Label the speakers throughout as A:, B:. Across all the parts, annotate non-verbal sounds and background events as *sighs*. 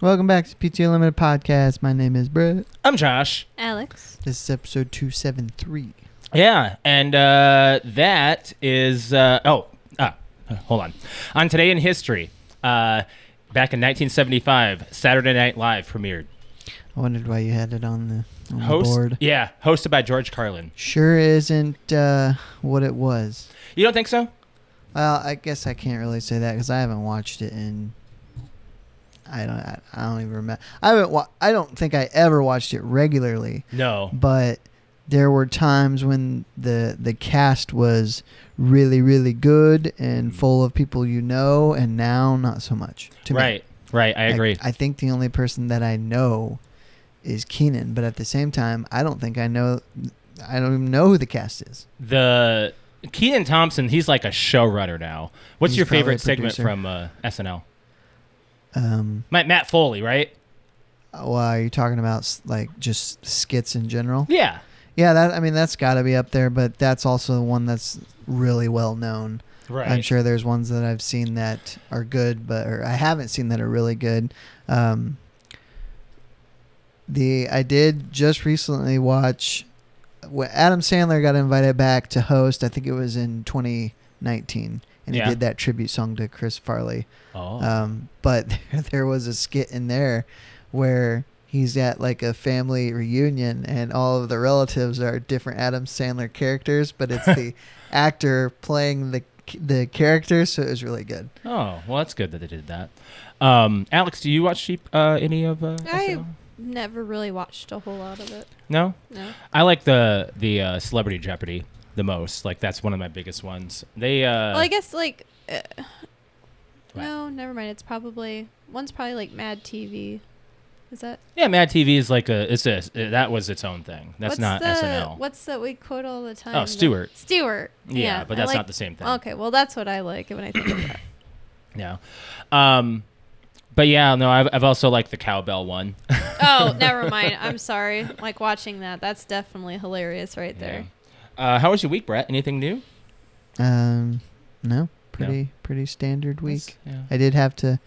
A: Welcome back to PTO Limited Podcast. My name is Brett.
B: I'm Josh.
C: Alex,
A: This is episode 273.
B: Yeah, and uh, that is uh, oh, ah, hold on. On today in history, uh, back in 1975, Saturday Night Live premiered.
A: I wondered why you had it on the, on the
B: Host,
A: board.
B: yeah, hosted by George Carlin.
A: Sure isn't uh, what it was.
B: You don't think so?
A: Well, I guess I can't really say that because I haven't watched it in. I don't. I, I don't even remember. I haven't. Wa- I don't think I ever watched it regularly.
B: No.
A: but there were times when the the cast was really really good
B: Mm-hmm.
A: and full of people you know and now not so much to me.
B: Right, right. I agree.
A: I, think the only person that i know is keenan but at the same time i don't think i know i don't even know who the cast is
B: the Keenan Thompson, he's like a showrunner now. What's
A: He's
B: your
A: probably a
B: favorite segment
A: producer.
B: from uh, SNL?
A: um
B: Matt, Matt Foley, right?
A: well are you talking about s- like just skits in general
B: Yeah.
A: yeah that i mean that's got to be up there but that's also the one that's really well known
B: Right.
A: I'm sure there's ones that I've seen that are good, but or I haven't seen that are really good. Um, the I did just recently watch when Adam Sandler got invited back to host. I think it was in 2019, and
B: Yeah.
A: he did that tribute song to Chris Farley.
B: Oh.
A: Um, but *laughs* there, was a skit in there where he's at like a family reunion and all of the relatives are different Adam Sandler characters, but
B: *laughs*
A: it's the actor playing the the character, so it was really good.
B: oh, well, that's good that they did that. Um, Alex, do you watch sheep, uh, any of uh,
C: I
B: SNL?
C: never really watched a whole lot of it.
B: No,
C: No.
B: I like the the uh, Celebrity Jeopardy the most. Like that's one of my biggest ones. They uh,
C: well, I guess like uh,
B: What?
C: no, never mind. It's probably one's probably like Mad TV. Is that
B: yeah, Mad TV is like a it's a that was its own thing. That's
C: what's
B: not
C: the,
B: SNL.
C: What's that we quote all the time?
B: Oh,
C: The-
B: Stewart.
C: Stewart.
B: yeah, but
C: I
B: that's
C: like-
B: not the same thing.
C: Okay, well that's what I like when I think of
B: *coughs*
C: that.
B: No, um, but yeah, no, I've, I've also liked the cowbell one.
C: Oh, never mind. I'm sorry. Like watching that, that's definitely hilarious right there.
B: Yeah. Uh, how was your week, Brett? Anything new?
A: Um, no, pretty pretty standard week.
B: Yeah.
A: I did have to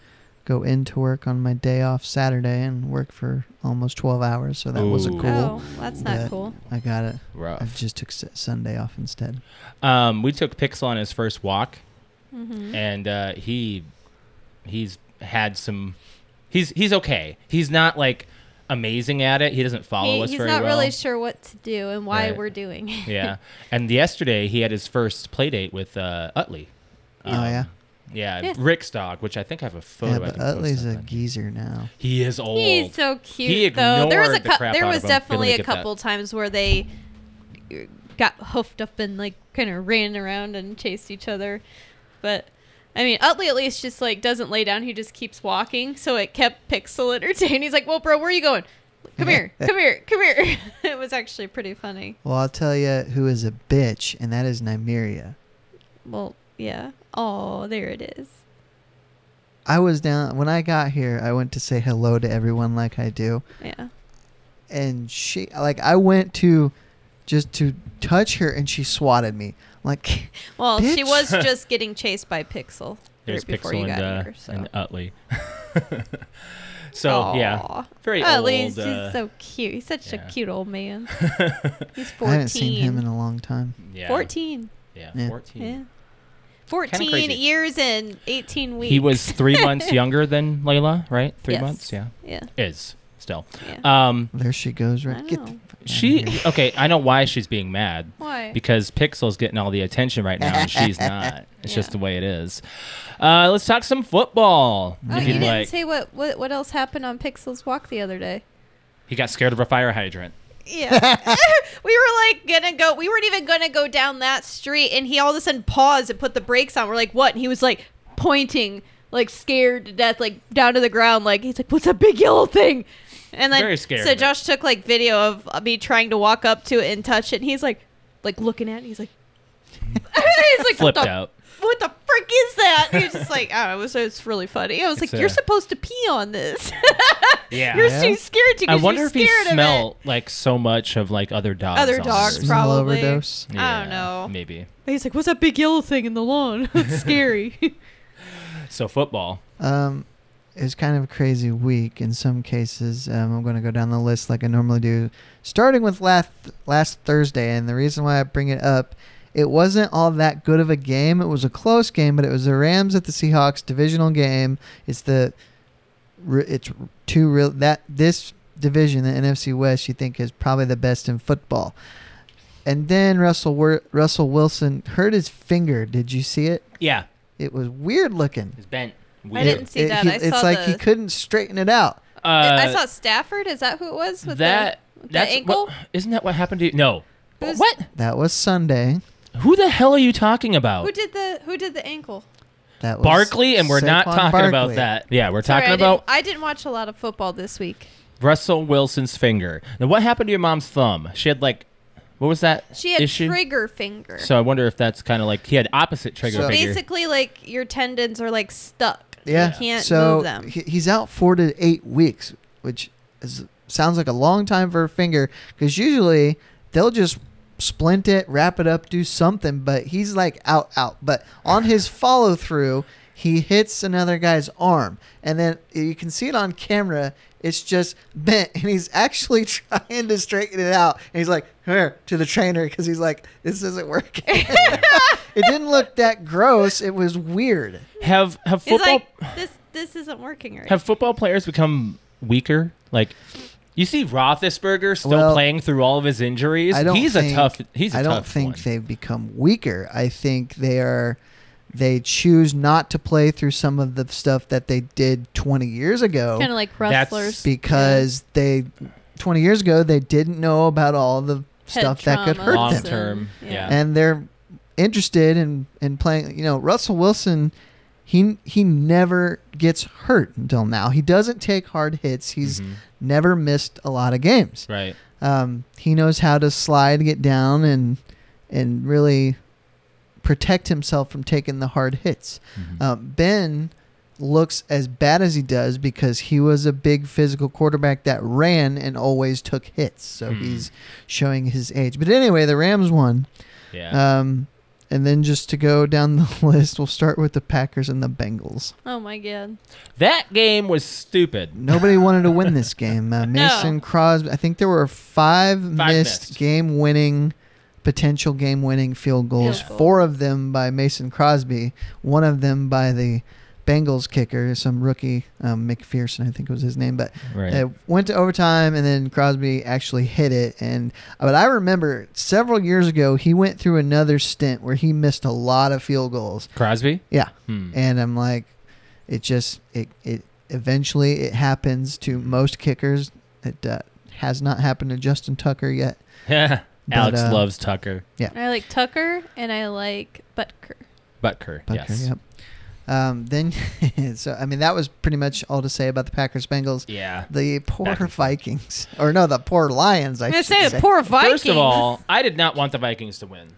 A: go into work on my day off Saturday and work for almost 12 hours, so that wasn't
B: Ooh.
A: cool.
C: Oh, that's not
A: But
C: cool.
A: I got it. I
B: Rough.
A: just took S- Sunday off instead.
B: Um, we took Pixel on his first walk,
C: Mm-hmm.
B: and uh, he he's had some. He's he's okay. He's not like amazing at it. He doesn't follow
C: He-
B: us
C: he's
B: very
C: not
B: well.
C: really sure what to do and why
B: Right.
C: we're doing it.
B: yeah. And yesterday he had his first play date with uh, Utley. Um,
A: oh yeah,
B: Yeah,
C: Yeah.
B: Rick's dog, which I think I have a photo.
A: yeah.
B: I
A: But
B: can post
A: Utley's a
B: up on.
A: geezer now.
B: He is old.
C: He's so cute,
B: He
C: though. There was a
B: ignored the
C: cou-
B: crap
C: there
B: out
C: was
B: of him.
C: definitely
B: Didn't
C: a
B: get that.
C: couple times where they uh, got hoofed up and like kind of ran around and chased each other. But I mean, Utley at least just like doesn't lay down. He just keeps walking, so it kept Pixel *laughs* entertained. He's like, "Well, bro, where are you going? Come here,
B: *laughs*
C: come here, come here." *laughs* it was actually pretty funny.
A: Well, I'll tell you who is a bitch, and that is Nymeria.
C: Well, yeah. Oh, there it is.
A: I was down when I got here. I went to say hello to everyone like I do,
C: Yeah.
A: and she like I went to just to touch her, and she swatted me. Like, *laughs*
C: Well, she
B: *laughs*
A: Bitch.
C: was just getting chased by Pixel
B: There's
C: right before
B: Pixel
C: you got
B: and, uh,
C: here. So.
B: and Utley. *laughs* so yeah,
C: Aw.
B: very
C: Oh,
B: old.
C: Lee's just
B: uh,
C: so cute. He's such
B: yeah.
C: a cute
B: *laughs*
C: old man. He's 14.
A: I haven't seen him in a long time.
B: yeah,
C: 14.
B: Yeah,
A: Yeah.
B: fourteen.
C: Yeah. 14
B: crazy.
C: years and 18 weeks.
B: He was three months younger than Layla, right? Three
C: Yes.
B: months. Yeah,
C: *laughs* Yeah.
B: is still.
C: yeah.
B: Um,
A: There she goes. Right.
C: I
A: Get
C: know.
A: the fuck outta
B: she
A: here.
B: okay. I know why she's being mad.
C: Why?
B: because Pixel's getting all the attention right now, and *laughs* she's not. It's
C: Yeah.
B: just the way it is. Uh, let's talk some football.
C: oh,
B: if
C: you
B: you'd
C: didn't
B: like.
C: say what, what what else happened on Pixel's walk the other day.
B: he got scared of a fire hydrant.
C: Yeah. *laughs* we were like gonna go we weren't even gonna go down that street and he all of a sudden paused and put the brakes on. We're like, what? And he was like pointing, like scared to death, like down to the ground, like he's like, What's that big yellow thing? And then
B: Very scared
C: so
B: of it.
C: Josh took like video of uh, me trying to walk up to it and touch it and he's like like looking at it, and he's like *laughs* he's like
B: Flipped
C: what the,
B: out.
C: What the frick is that? And he was just like, I don't know, it was, it was really funny. I was
B: It's
C: like, You're
B: a-
C: supposed to pee on this. *laughs*
B: Yeah.
C: you're
A: Yeah.
C: too scared to
B: I
C: 'cause
B: wonder
C: you're
B: if he
C: scared of it.
B: smelled like so much of like other dogs.
C: Other
B: on
C: dogs,
B: there.
C: probably.
A: Smell overdose.
C: I don't know.
B: Maybe.
C: He's like, "What's that big yellow thing in the lawn? *laughs* It's scary."
B: So football.
A: Um, it was kind of a crazy week in some cases. Um, I'm going to go down the list like I normally do, starting with last last Thursday. And the reason why I bring it up, it wasn't all that good of a game. It was a close game, but it was the Rams at the Seahawks divisional game. It's the re- it's two real that this division, the NFC West, you think is probably the best in football. And then Russell Wer- Russell Wilson hurt his finger. Did you see it?
B: Yeah.
A: It was weird looking.
B: It's bent.
C: I didn't see that.
A: he-
C: I
A: it's
C: saw
A: like he
C: the-
A: couldn't straighten it out.
B: Uh,
C: *laughs* I saw Stafford. Is that who it was with
B: that.
C: the, the
B: that's
C: ankle?
B: What, isn't that what happened to you? No.
C: Who's-
B: what?
A: That was Sunday.
B: Who the hell are you talking about?
C: Who did the Who did the ankle?
A: That was
B: Barkley, and we're not
A: Saquon
B: talking about
A: Barkley.
B: that. Yeah, we're
C: Sorry,
B: talking
C: I
B: about
C: Didn't, I didn't watch a lot of football this week.
B: Russell Wilson's finger. Now, what happened to your mom's thumb? She had like, what was that?
C: She had
B: issue?
C: trigger finger.
B: So I wonder if that's kind of like he had opposite trigger
A: So-
B: finger.
C: basically, like your tendons are like stuck.
A: Yeah.
C: you can't
A: so
C: move them.
A: he- he's out four to eight weeks, which is, sounds like a long time for a finger because usually they'll just splint it, wrap it up, do something, but he's like out, out. But
C: *laughs*
A: on his follow through, he hits another guy's arm. And then you can see it on camera. It's just bent, and he's actually *laughs* trying to straighten it out. And he's like, here, to the trainer, because he's like, this isn't working. *laughs* it didn't look that gross. It was weird.
B: have have
C: It's
B: football
C: like this. This isn't working right.
B: have football players become weaker? Like you see Roethlisberger still
A: Well,
B: playing through all of his injuries.
A: I don't
B: he's
A: think,
B: a tough. He's a
A: I don't
B: tough
A: think
B: one.
A: they've become weaker. I think they are. They choose not to play through some of the stuff that they did 20 years ago
C: kind of like
B: That's
C: wrestlers.
A: because they 20 years ago they didn't know about all the
C: head
A: stuff that could hurt
C: traumas
B: Long
A: them
C: and-
B: term, yeah.
A: and they're interested in in playing. You know, Russell Wilson, he he never gets hurt until now. He doesn't take hard hits. He's
B: Mhm.
A: never missed a lot of games.
B: right.
A: Um, he knows how to slide, get down, and and really protect himself from taking the hard hits.
B: Mm-hmm.
A: Um, ben looks as bad as he does because he was a big physical quarterback that ran and always took hits. So
B: Hmm.
A: he's showing his age. But anyway, the Rams won.
B: Yeah.
A: Um, and then just to go down the *laughs* list, we'll start with the Packers and the Bengals.
C: Oh my god.
B: that game was stupid.
A: Nobody wanted to win this game. Uh, Mason Crosby. I think there were five, missed,
B: missed.
A: game-winning, potential game-winning field goals.
C: Field goal.
A: Four of them by Mason Crosby. One of them by the Bengals kicker, some rookie um, McPherson, I think was his name. But
B: Right.
A: it went to overtime, and then Crosby actually hit it. And uh, but I remember several years ago, he went through another stint where he missed a lot of field goals.
B: Crosby.
A: Yeah
B: Hmm.
A: and I'm like, it just it it eventually it happens to most kickers. It uh, has not happened to Justin Tucker yet.
B: *laughs* Alex
A: But, uh,
B: loves Tucker.
C: I like Tucker and I like Butker.
B: Butker.
A: Butker,
B: yes.
A: yep. Um, then *laughs* so I mean that was pretty much all to say about the Packers Bengals.
B: Yeah.
A: The poor
B: Back and forth.
A: Vikings, or no, the poor Lions. I
C: I'm gonna
A: should
C: say
A: say,
C: the poor Vikings.
B: First of all, I did not want the Vikings to win.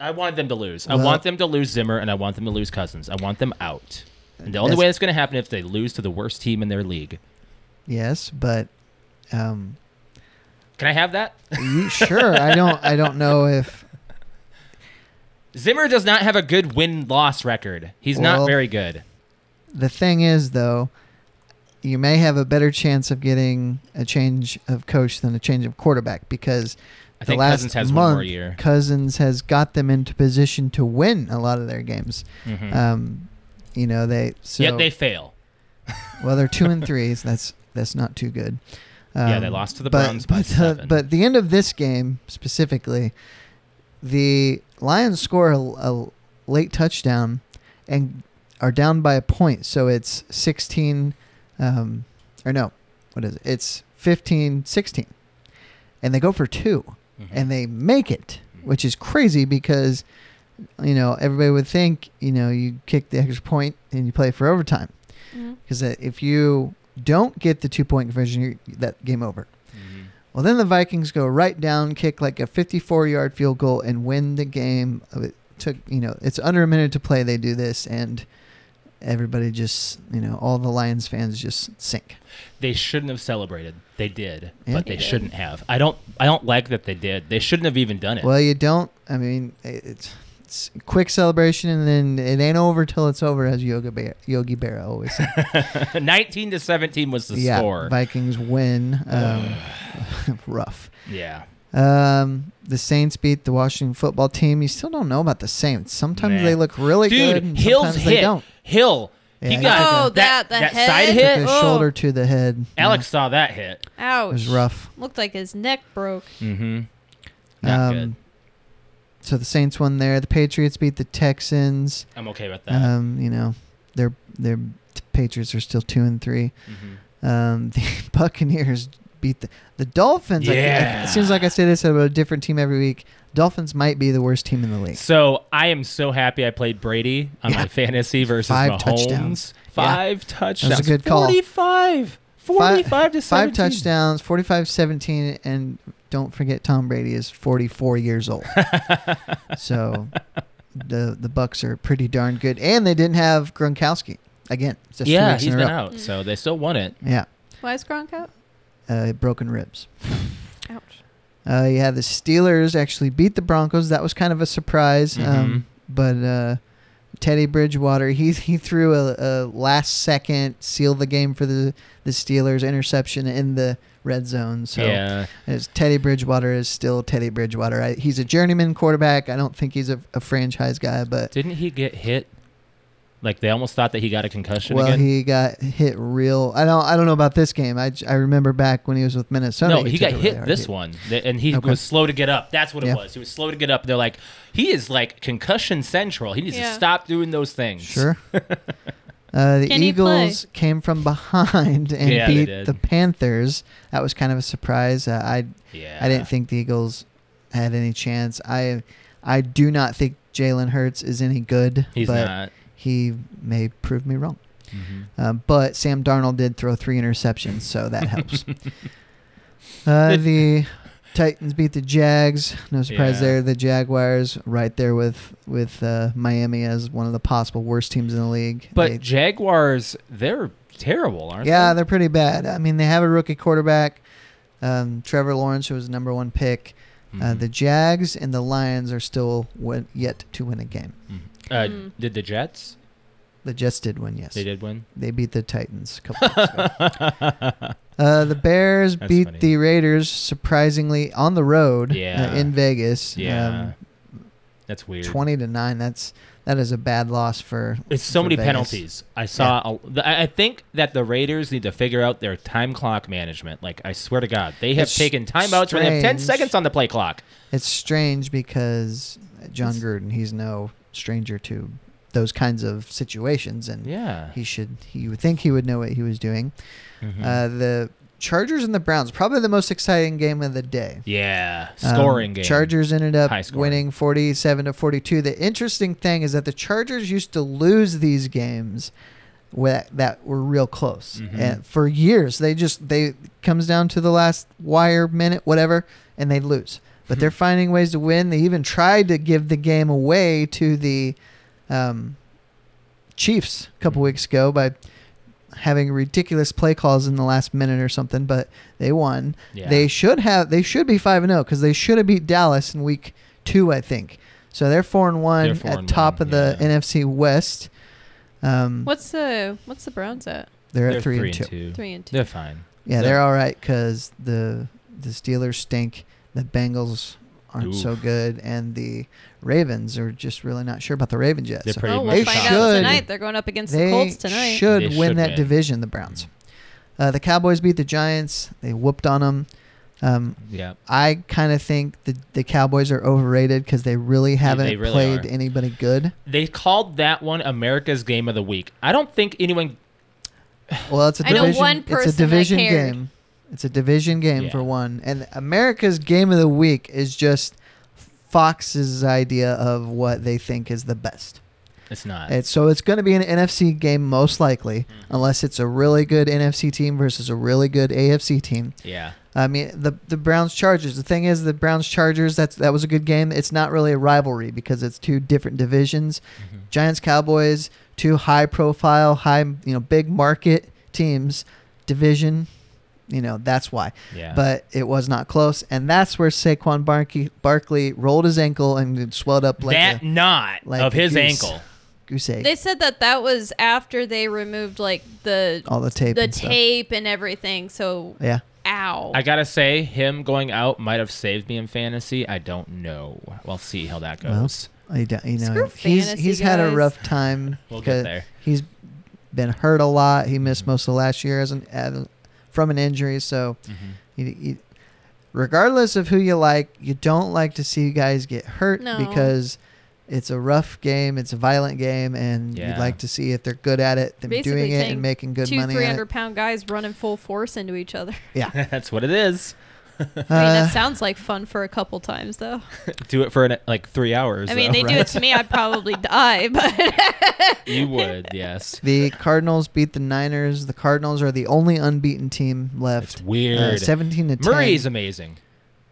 B: I wanted them to lose. I
A: Well-
B: want them to lose Zimmer, and I want them to lose Cousins. I want them out. And the only
A: That's-
B: way that's going to happen if they lose to the worst team in their league.
A: Yes, but um,
B: Can I have that? *laughs*
A: you, sure. I don't. I don't know if
B: Zimmer does not have a good win loss record. He's
A: Well-
B: not very good.
A: the thing is though you may have a better chance of getting a change of coach than a change of quarterback because
B: I
A: the
B: think
A: last
B: Cousins has
A: month,
B: one more year.
A: Cousins has got them into position to win a lot of their games.
B: Mhm.
A: Um, you know they so
B: Yet they fail.
A: well they're two and three. So that's that's not too good.
B: Yeah,
A: Um,
B: they lost to the
A: but,
B: Browns by
A: but, the,
B: seven.
A: but the end of this game specifically, the Lions score a, a late touchdown and are down by a point. So it's 16, um, or no, what is it? It's 15 16. and they go for 2
B: Hmm.
A: and they make it,
B: Mm-hmm.
A: which is crazy because you know everybody would think you know you kick the extra point and you play for overtime
C: Mhm.
A: because if you don't get the two point conversion, you're, that game over.
B: Mm-hmm.
A: Well, then the Vikings go right down, kick like a 54 yard field goal, and win the game. Uh, It took, you know, it's under a minute to play. They do this, and everybody just, you know, all the Lions fans just sink.
B: They shouldn't have celebrated. They did,
A: Yeah.
B: but
C: They
B: they
C: did.
B: shouldn't have. I don't. I don't like that they did. They shouldn't have even done it. *laughs*
A: Well, you don't, I mean, it- it's. It's a quick celebration and then it ain't over till it's over, as Yoga Bear, Yogi Berra always said.
B: 19 to 17 was the
A: yeah,
B: score. *sighs*
A: Vikings win. Um, *laughs* rough.
B: yeah.
A: Um, the Saints beat the Washington football team. You still don't know about the Saints. Sometimes
B: Nah.
A: they look really good,
B: Dude,
A: and
B: Hill's
A: sometimes they
B: hit.
A: don't.
B: Hill.
A: Yeah,
B: he
A: he
B: got
C: took a-
B: that,
C: Oh, that-
B: that,
C: the
B: side
C: head?
A: Took
B: hit.
A: his
C: Oh.
A: shoulder to the head.
B: Alex saw that hit.
C: Ouch.
A: yeah, it was rough.
C: Looked like his neck broke.
B: Mm-hmm. Not good.
A: Um, So the Saints won there. The Patriots beat the Texans.
B: I'm okay with that.
A: Um, you know, their their Patriots are still two and three.
B: Mhm.
A: Um, *laughs* the Buccaneers beat the the Dolphins. I- I,
B: Yeah.
A: it seems like I say this about a different team every week. Dolphins might be the worst team in the league.
B: So I am so happy I played Brady on
A: Yeah.
B: my fantasy versus
A: Five
B: Mahomes.
A: touchdowns.
B: Five touchdowns.
A: good call.
B: 45. 45 to 17.
A: Five touchdowns, 45-17, and don't forget Tom Brady is 44
B: *laughs*
A: years old. so the the Bucks are pretty darn good, and they didn't have Gronkowski again. It's just two
B: Yeah,
A: weeks
B: he's
A: in a
B: been
A: row.
B: out, so they still won it.
A: Yeah,
C: Why is Gronk out?
A: uh, broken ribs.
C: Ouch.
A: Uh, yeah, the Steelers actually beat the Broncos. That was kind of a surprise.
B: Mm-hmm.
A: Um, but uh, Teddy Bridgewater, he he threw a, a last second seal the game for the the Steelers interception in the red zone. So
B: yeah,
A: As Teddy Bridgewater is still Teddy Bridgewater. I, he's a journeyman quarterback. I don't think he's a, a franchise guy, but
B: didn't he get hit? Like they almost thought that he got a concussion
A: well,
B: again.
A: he got hit real. I don't. I don't know about this game. I, j- I remember back when he was with Minnesota.
B: no, he,
A: took
B: got
A: a
B: hit
A: really hard
B: this
A: hit.
B: one, Th- and he
A: Okay.
B: was slow to get up. That's what
A: Yeah.
B: it was. He was slow to get up. They're like, he is like concussion central. He needs to
C: Yeah.
B: stop doing those things. *laughs*
A: Sure. Uh, the
C: Can he play?
A: Eagles came from behind and
B: Yeah, they
A: beat
B: did.
A: the Panthers. That was kind of a surprise. Uh, I
B: Yeah,
A: I didn't think the Eagles had any chance. I I do not think Jalen Hurts is any good.
B: he's
A: but
B: not.
A: He may prove me wrong.
B: Mhm.
A: Um, but Sam Darnold did throw three interceptions, so that helps.
B: *laughs*
A: uh, the Titans beat the Jags. No surprise
B: Yeah.
A: there. The Jaguars right there with with uh, Miami as one of the possible worst teams in the league.
B: But
A: They-
B: Jaguars, they're terrible, aren't
A: yeah,
B: they?
A: they're pretty bad. I mean, they have a rookie quarterback, um, Trevor Lawrence, who was the number one pick. Uh,
B: Mhm.
A: the Jags and the Lions are still win- yet to win a game.
B: Mhm. Uh,
C: Mm.
B: Did the Jets?
A: The Jets did win, yes.
B: They did
A: *laughs*
B: win.
A: They beat the Titans a couple weeks ago. Uh, the Bears
B: That's
A: beat
B: funny.
A: the Raiders surprisingly on the road uh,
B: Yeah.
A: in Vegas.
B: yeah,
A: um,
B: that's weird.
A: twenty to nine. That's that is a bad loss for.
B: It's so
A: for
B: many
A: Vegas.
B: penalties. I saw. a- I I think that the Raiders need to figure out their time clock management. Like I swear to God, they have
A: It's
B: taken timeouts where they have ten
A: strange.
B: seconds on the play clock.
A: It's strange because John
B: It's-
A: Gruden, he's no stranger to those kinds of situations, and
B: Yeah.
A: he uh, should. He would think he would know what he was doing.
B: Mhm.
A: Uh, the Chargers and the Browns, probably the most exciting game of the day.
B: yeah.
A: Um,
B: Scoring game.
A: Chargers ended up
B: High scoring.
A: winning 47 to 42. The interesting thing is that the Chargers used to lose these games wha- that were real close
B: Mhm.
A: and for years. They just they comes down to the last wire minute whatever and they lose.
B: Hmm.
A: But they're finding ways to win. They even tried to give the game away to the um, Chiefs a
B: Hmm.
A: couple weeks ago by having ridiculous play calls in the last minute or something, but they won.
B: Yeah.
A: They should have. They should be five and zero because they should have beat Dallas in week two, I think. So they're four and
B: They're
A: one
B: four
A: at
B: and
A: top
B: one,
A: of the
B: yeah.
A: NFC West. Um,
C: What's the what's the Browns at?
A: they're,
B: They're
A: at three, and 2
C: Three and two.
B: They're fine.
A: Yeah,
B: They're-
A: they're all right because the the Steelers stink. The Bengals aren't so
B: Oof.
A: good, and the Ravens are just really not sure about the Ravens yet.
B: They're
A: so
B: pretty
C: oh, we'll
B: much
A: They
C: find out
A: should.
C: tonight. They're going up against
A: they
C: the Colts tonight.
A: should
B: They
A: win
B: should
A: that
B: win.
A: division. The Browns. Uh, the Cowboys beat the Giants. They whooped on them. Um,
B: Yeah.
A: I kind of think the the Cowboys are overrated because they really haven't
B: really
A: played
B: are.
A: anybody good.
B: They called that one America's Game of the Week. I don't think anyone.
A: Well, it's a
C: I know
A: division.
C: one
A: it's
C: person
A: a
C: that
A: division
C: cared.
A: game. It's a division game
B: Yeah.
A: for one. And America's game of the week is just Fox's idea of what they think is the best.
B: It's not.
A: It's, so it's going to be an NFC game most likely,
B: Mm-hmm.
A: unless it's a really good NFC team versus a really good AFC team.
B: yeah.
A: I mean, the the Browns Chargers. The thing is, the Browns Chargers. That's that was a good game. It's not really a rivalry because it's two different divisions.
B: Mm-hmm.
A: Giants Cowboys, two high profile, high you know big market teams, division. You know that's why.
B: Yeah.
A: But it was not close, and that's where Saquon Barkey, Barkley rolled his ankle and it swelled up like
B: that
A: a
B: knot
A: like
B: of
A: a
B: his
A: goose.
B: ankle.
A: goose egg.
C: They said that that was after they removed like the
A: All the tape.
C: the
A: and stuff.
C: tape and everything. So
A: Yeah.
C: ow.
B: I gotta say, him going out might have saved me in fantasy. I don't know. We'll see how that
A: Well,
B: goes.
A: I don't- you know,
C: Screw
A: he's
C: fantasy,
A: he's had a
C: guys.
A: rough time.
B: We'll get
A: because
B: there. Mm-hmm.
A: He's been hurt a lot. He missed most of last year as an as, a- from an injury. So,
C: Mm-hmm.
A: you- you- regardless of who you like, you don't like to see guys get hurt
C: No.
A: because it's a rough game. It's a violent game, and
B: Yeah.
A: you'd like to see if they're good at it, them
C: Basically
A: doing it
C: saying
A: and making good
C: Two
A: money. Uh.
C: three
A: at it.
C: hundred pound guys running full force into each
A: *laughs*
C: other.
B: *laughs* That's what it is.
C: I mean,
A: Uh,
C: that sounds like fun for a couple times though.
B: Do it for an, like three hours.
C: I mean,
B: though.
C: they do it to me, I'd
A: *laughs*
C: probably die. But *laughs*
B: you would, *laughs* yes.
A: the Cardinals beat the Niners. The Cardinals are the only unbeaten team
B: It's
A: left. Uh,
B: weird.
A: Seventeen to ten.
B: Murray's amazing.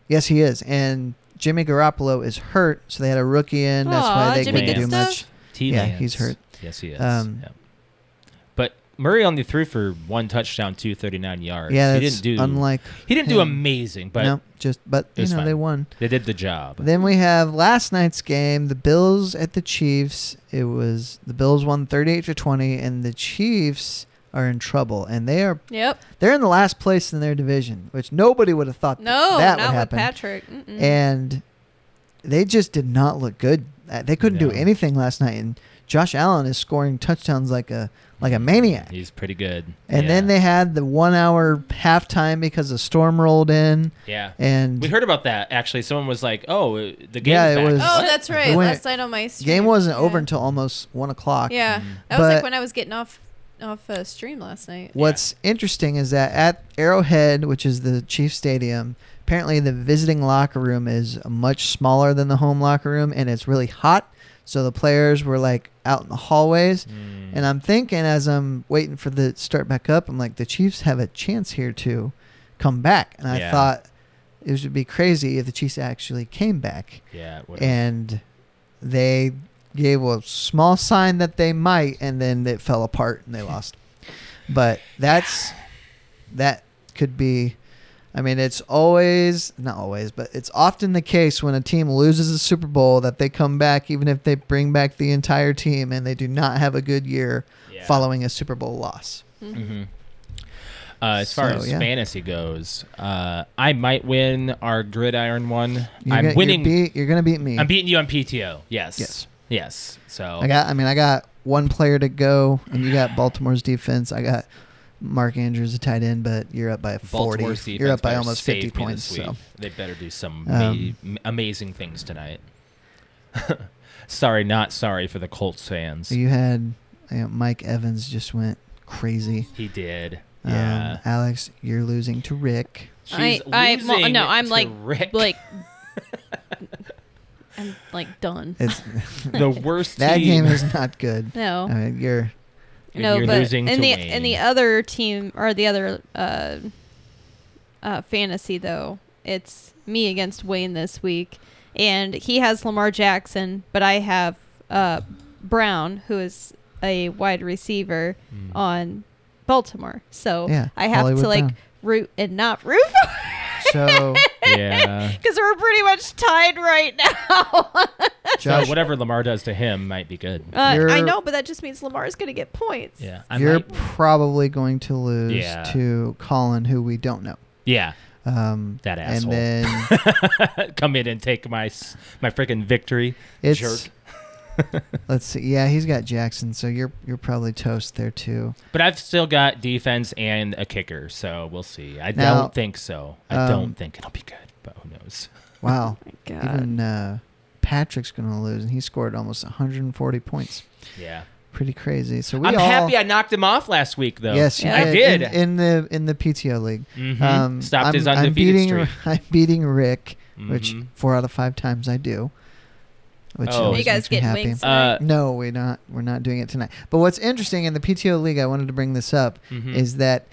A: Yes, he is. And Jimmy Garoppolo is hurt, so they had a rookie in. That's
C: Aw,
A: why they
C: Jimmy
A: couldn't do
B: good
A: much.
C: stuff?
B: T.
A: Yeah,
B: Lance.
A: he's hurt.
B: Yes, he is.
A: Um,
B: yeah. But Murray only threw for one touchdown, two thirty-nine yards.
A: Yeah,
B: he
A: that's
B: didn't do.
A: unlike.
B: he didn't do
A: him.
B: amazing, but
A: no, just but
B: it
A: you
B: was
A: know
B: fine.
A: they won.
B: they did the job.
A: Then we have last night's game, the Bills at the Chiefs. It was the Bills won 38 to 20 and the Chiefs are in trouble and they are
C: yep,
A: they're in the last place in their division, which nobody would have thought
C: no,
A: that would
C: not with
A: happen.
C: Patrick. Mm-mm.
A: and they just did not look good. Uh, They couldn't do
B: No.
A: anything last night, and Josh Allen is scoring touchdowns like a like a maniac.
B: He's pretty good.
A: And
B: yeah.
A: then they had the one hour halftime because a storm rolled in,
B: Yeah.
A: and
B: We heard about that actually. Someone was like, "Oh, uh, the game."
A: Yeah, it
B: back.
A: was-
C: oh,
B: What?
C: that's right.
A: They went-
C: Last night on my
A: the
C: stream.
A: game wasn't
C: Yeah.
A: over until almost one o'clock.
C: Yeah, that was
A: But-
C: like when I was getting off off uh, stream last night.
A: What's interesting is that at Arrowhead, which is the Chiefs Stadium, apparently the visiting locker room is much smaller than the home locker room, and it's really hot. So the players were like out in the hallways,
B: Mm.
A: and I'm thinking as I'm waiting for the start back up, I'm like the Chiefs have a chance here to come back, and I
B: Yeah.
A: thought it would be crazy if the Chiefs actually came back,
B: yeah. What
A: and they gave a small sign that they might, and then it fell apart and
B: *laughs*
A: they lost. But that's that could be. I mean, it's always not always, but it's often the case when a team loses a Super Bowl that they come back, even if they bring back the entire team and they do not have a good year
B: Yeah. Mm-hmm.
A: following a Super Bowl loss.
B: Uh, as far
A: So,
B: as
A: yeah.
B: fantasy goes, uh, I might win our gridiron one.
A: You're
B: I'm
A: gonna,
B: winning.
A: You're, beat, you're gonna beat me.
B: I'm beating you on PTO. Yes.
A: Yes.
B: Yes. So
A: I got. I mean, I got one player to go, and you got Baltimore's defense. I got Mark Andrews a tight end, but you're up by 40.
B: Baltimore's defense
A: you're up by
B: better
A: almost
B: save
A: 50
B: me
A: points.
B: this week.
A: So
B: they better do some
A: Um,
B: ma- amazing things tonight. *laughs* sorry, not sorry for the Colts fans.
A: you had you know, Mike Evans just went crazy.
B: He did.
A: Um,
B: Yeah.
A: Alex, you're losing to Rick.
B: She's
C: I, I, well,
B: losing
C: no, I'm
B: to
C: like,
B: Rick,
C: *laughs* like, I'm like done.
B: *laughs*
A: It's,
B: *laughs* the worst
A: that
B: team.
A: game is not good.
C: No,
A: I mean, you're
C: no,
B: You're
C: but
B: losing
C: in
B: to
C: the
B: Wayne.
C: in the other team or the other uh, uh, fantasy though, it's me against Wayne this week, and he has Lamar Jackson, but I have uh, Brown, who is a wide receiver
B: Mm.
C: on Baltimore. So
A: Yeah,
C: I have
A: Hollywood
C: to like
A: Brown.
C: root and not root
B: *laughs*
A: so
B: *laughs* yeah.
C: because we're pretty much tied right *laughs* now.
A: Josh.
B: So whatever Lamar does to him might be good.
C: Uh, I
A: You're-
C: know, but that just means Lamar's going to get points.
B: Yeah. I
A: you're
B: might-
A: probably going to lose
B: Yeah.
A: to Colin, who we don't know.
B: yeah. *laughs*
A: Um,
B: That asshole.
A: and
B: *laughs*
A: then
B: Come in and take my s- my freaking victory.
A: it's
B: Jerk.
A: *laughs* let's see. Yeah, he's got Jackson, so you're you're probably toast there too.
B: But I've still got defense and a kicker, so we'll see. I
A: Now,
B: don't think so. I
A: um,
B: don't think it'll be good, but who knows? *laughs*
A: Wow.
C: Oh my God.
A: Even uh, Patrick's going to lose, and he scored almost 140 points.
B: Yeah.
A: pretty crazy. So we
B: I'm
A: all,
B: happy I knocked him off last week, though.
A: yes, you
C: Yeah.
B: I did.
A: in, in the in the PTO league.
B: Mhm.
A: Um,
B: Stopped
A: I'm,
B: his
A: I'm
B: undefeated
A: beating,
B: streak.
A: *laughs* I'm beating Rick, which
B: Mhm.
A: four out of five times I do. Which
B: Oh.
A: always
C: you guys
A: makes me
C: get
A: happy.
C: wings.
B: Uh,
A: No, we're not. We're not doing it tonight. But what's interesting in the PTO league, I wanted to bring this up,
B: mhm.
A: is that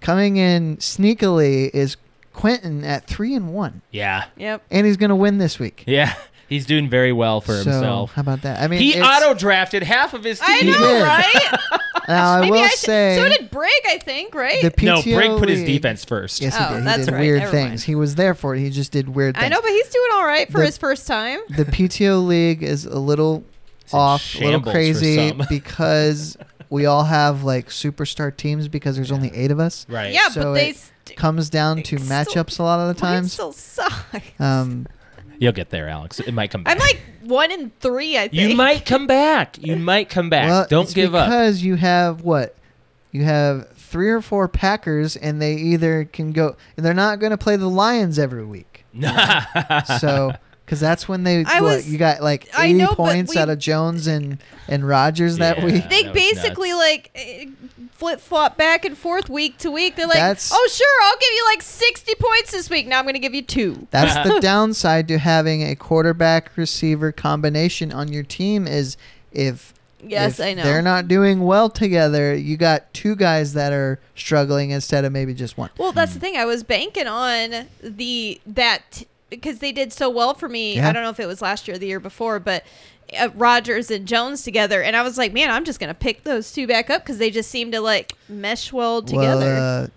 A: coming in sneakily is Quentin at three and one,
B: yeah, *laughs*
C: yep.
A: and he's going to win this week
B: yeah. He's doing very well for
A: so,
B: himself.
A: How about that? I mean,
B: He
A: it's-
B: auto drafted half of his team.
C: I know,
A: did.
C: right?
A: Now *laughs*
C: *laughs*
A: I
C: Maybe
A: will
C: I should-
A: say
C: So did Brig, I think, right?
A: the PTO
B: no, Brig put his
A: league-
B: defense first.
A: Yes,
C: Oh,
A: he did. He
C: that's
A: did
C: right.
A: weird
C: Never
A: things.
C: mind.
A: He was there for it. He just did weird things.
C: I know, but he's doing all right for
A: The-
C: his first time.
A: the PTO league is a little
B: It's in
A: off, a little
B: shambles for
C: *laughs*
A: crazy
B: some. *laughs*
A: because we all have like superstar teams because there's only eight of us.
B: Right.
C: Yeah,
A: So
C: but they
A: it
C: st-
A: Comes down to
C: It's still-
A: matchups a lot of the
C: mine
A: times.
C: still suck.
A: Um,
B: You'll get there, Alex. It might come back.
C: I'm like one in three, I think.
B: you might come back. You might come back.
A: well,
B: Don't
A: it's
B: give up.
A: because you have what you have three or four Packers, and they either can go and they're not going to play the Lions every week.
B: *laughs*
A: so because that's when they
C: I
A: what,
C: was-
A: you got like
C: I
A: 80
C: know, but
A: points
C: we-
A: out of Jones and and Rogers that
B: Yeah.
A: week.
C: *laughs* *laughs* They
B: That was
C: basically
B: nuts.
C: like flip flop back and forth week to week. They're like,
A: That's-
C: "Oh sure, I'll give you like sixty points this week. Now I'm going to give you two.
B: *laughs*
A: That's the downside to having a quarterback receiver combination on your team is if
C: Yes,
A: if
C: I know.
A: they're not doing well together, you got two guys that are struggling instead of maybe just one.
C: Well, that's the thing. I was banking on the that because they did so well for me.
A: Yeah.
C: I don't know if it was last year or the year before, but uh, Rogers and Jones together, and I was like, man, I'm just going to pick those two back up because they just seem to like mesh well together.
A: Well,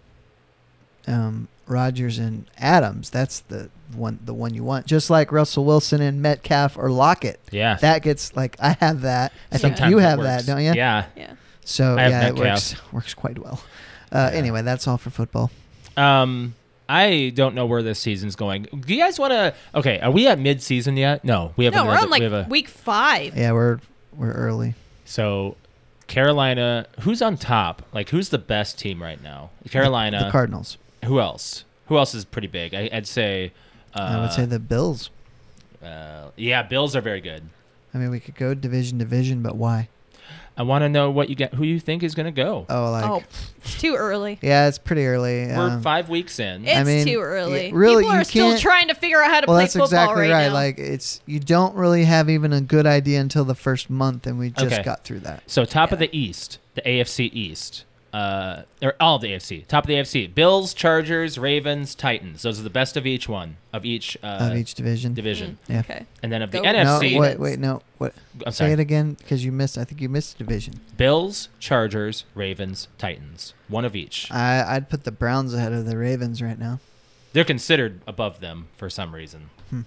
A: uh, um, Rogers and Adams, that's the one the one you want. Just like Russell Wilson and Metcalf or Lockett.
B: yeah.
A: That gets like I have that. I think
B: Sometimes
A: you
B: it
A: have
B: works.
A: that, don't you?
B: Yeah.
C: yeah.
A: So
B: I have
A: yeah, it
B: Metcalf.
A: works works quite well. Uh,
B: Yeah.
A: Anyway, that's all for football.
B: Um, I don't know where this season's going. Do you guys want to? Okay, are we at mid-season yet? No, we have
C: No, we're
B: another.
C: on like
B: we have a,
C: week five.
A: Yeah, we're we're early.
B: so Carolina. Who's on top? Like, who's the best team right now? Carolina.
A: The Cardinals.
B: who else? Who else is pretty big? I, I'd say. Uh,
A: I would say the Bills.
B: Uh, yeah, Bills are very good.
A: I mean, we could go division division, but why?
B: I want to know what you get. Who you think is going to go?
A: Oh, like
C: oh, it's too early.
A: yeah, it's pretty early.
B: We're
A: um,
B: five weeks in.
C: It's
A: I mean,
C: too early.
A: yeah, really,
C: People are
A: you
C: still
A: can't-
C: trying to figure out how to
A: well,
C: play
A: that's
C: football
A: exactly
C: right,
A: right.
C: now.
A: Like it's you don't really have even a good idea until the first month, and we just
B: Okay.
A: got through that.
B: So top of
C: Yeah.
B: the East, the AFC East, uh, or all of the AFC, top of the AFC, Bills, Chargers, Ravens, Titans. Those are the best of each one of each, uh,
A: of each division.
B: division,
A: yeah.
C: Hmm, Okay.
B: and then of the
C: Mm-hmm. Go
A: no,
B: NFC.
A: wait, wait, no. What?
B: I'm
A: Say it
B: sorry.
A: again because you missed. I think you missed a division.
B: Bills, Chargers, Ravens, Titans. One of each.
A: I I'd put the Browns ahead of the Ravens right now.
B: They're considered above them for some reason.
A: Hmm.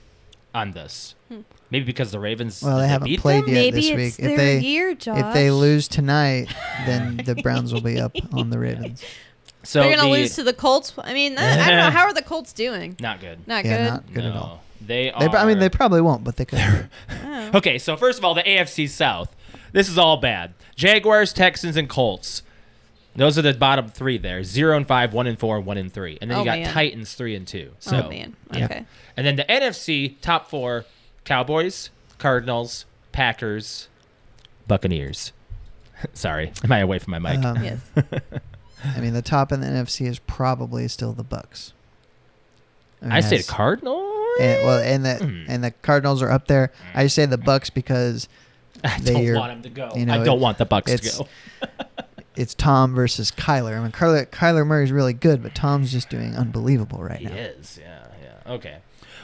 B: On this,
C: Hmm.
B: maybe because the Ravens
A: Well, they
B: they
A: haven't
B: beat
A: played
B: them?
A: yet this
C: Maybe
A: week.
C: it's
A: If
C: their
A: they-
C: year, Josh.
A: If they lose tonight,
C: *laughs*
A: then the Browns will be up on the Ravens.
B: So
C: they're gonna
B: the-
C: lose to the Colts. I mean, I I don't know. How are the Colts doing?
B: not good.
C: Not
A: yeah,
C: good.
A: not good at
B: No.
A: all.
B: They are.
A: They, pro- I mean, they probably won't, but they could.
C: Oh.
B: Okay, so first of all, the AFC South. This is all bad. Jaguars, Texans, and Colts. Those are the bottom three there. Zero and five, one and four, one and three. And then
C: Oh,
B: you got
C: man.
B: Titans three and two. So
C: oh man.
A: yeah. *laughs*
C: Okay.
B: and then the NFC top four, Cowboys, Cardinals, Packers, Buccaneers. *laughs* Sorry. Am I away from my mic?
A: Um,
C: Yes.
A: I mean, the top in the NFC is probably still the Bucks. mean,
B: I said
A: that's-
B: Cardinals.
A: and, well, and the
B: Hmm.
A: and the Cardinals are up there.
B: Mm.
A: I say the Bucks because
B: *laughs* I
A: they
B: don't
A: are-
B: want them to go.
A: you know,
B: Oh, I don't
A: it-
B: want the Bucks to
A: it's-
B: go.
A: it's Tom versus Kyler. I mean, Kyler Kyler Murray's really good, but Tom's just doing unbelievable right
B: He
A: now.
B: is, yeah, yeah. Okay.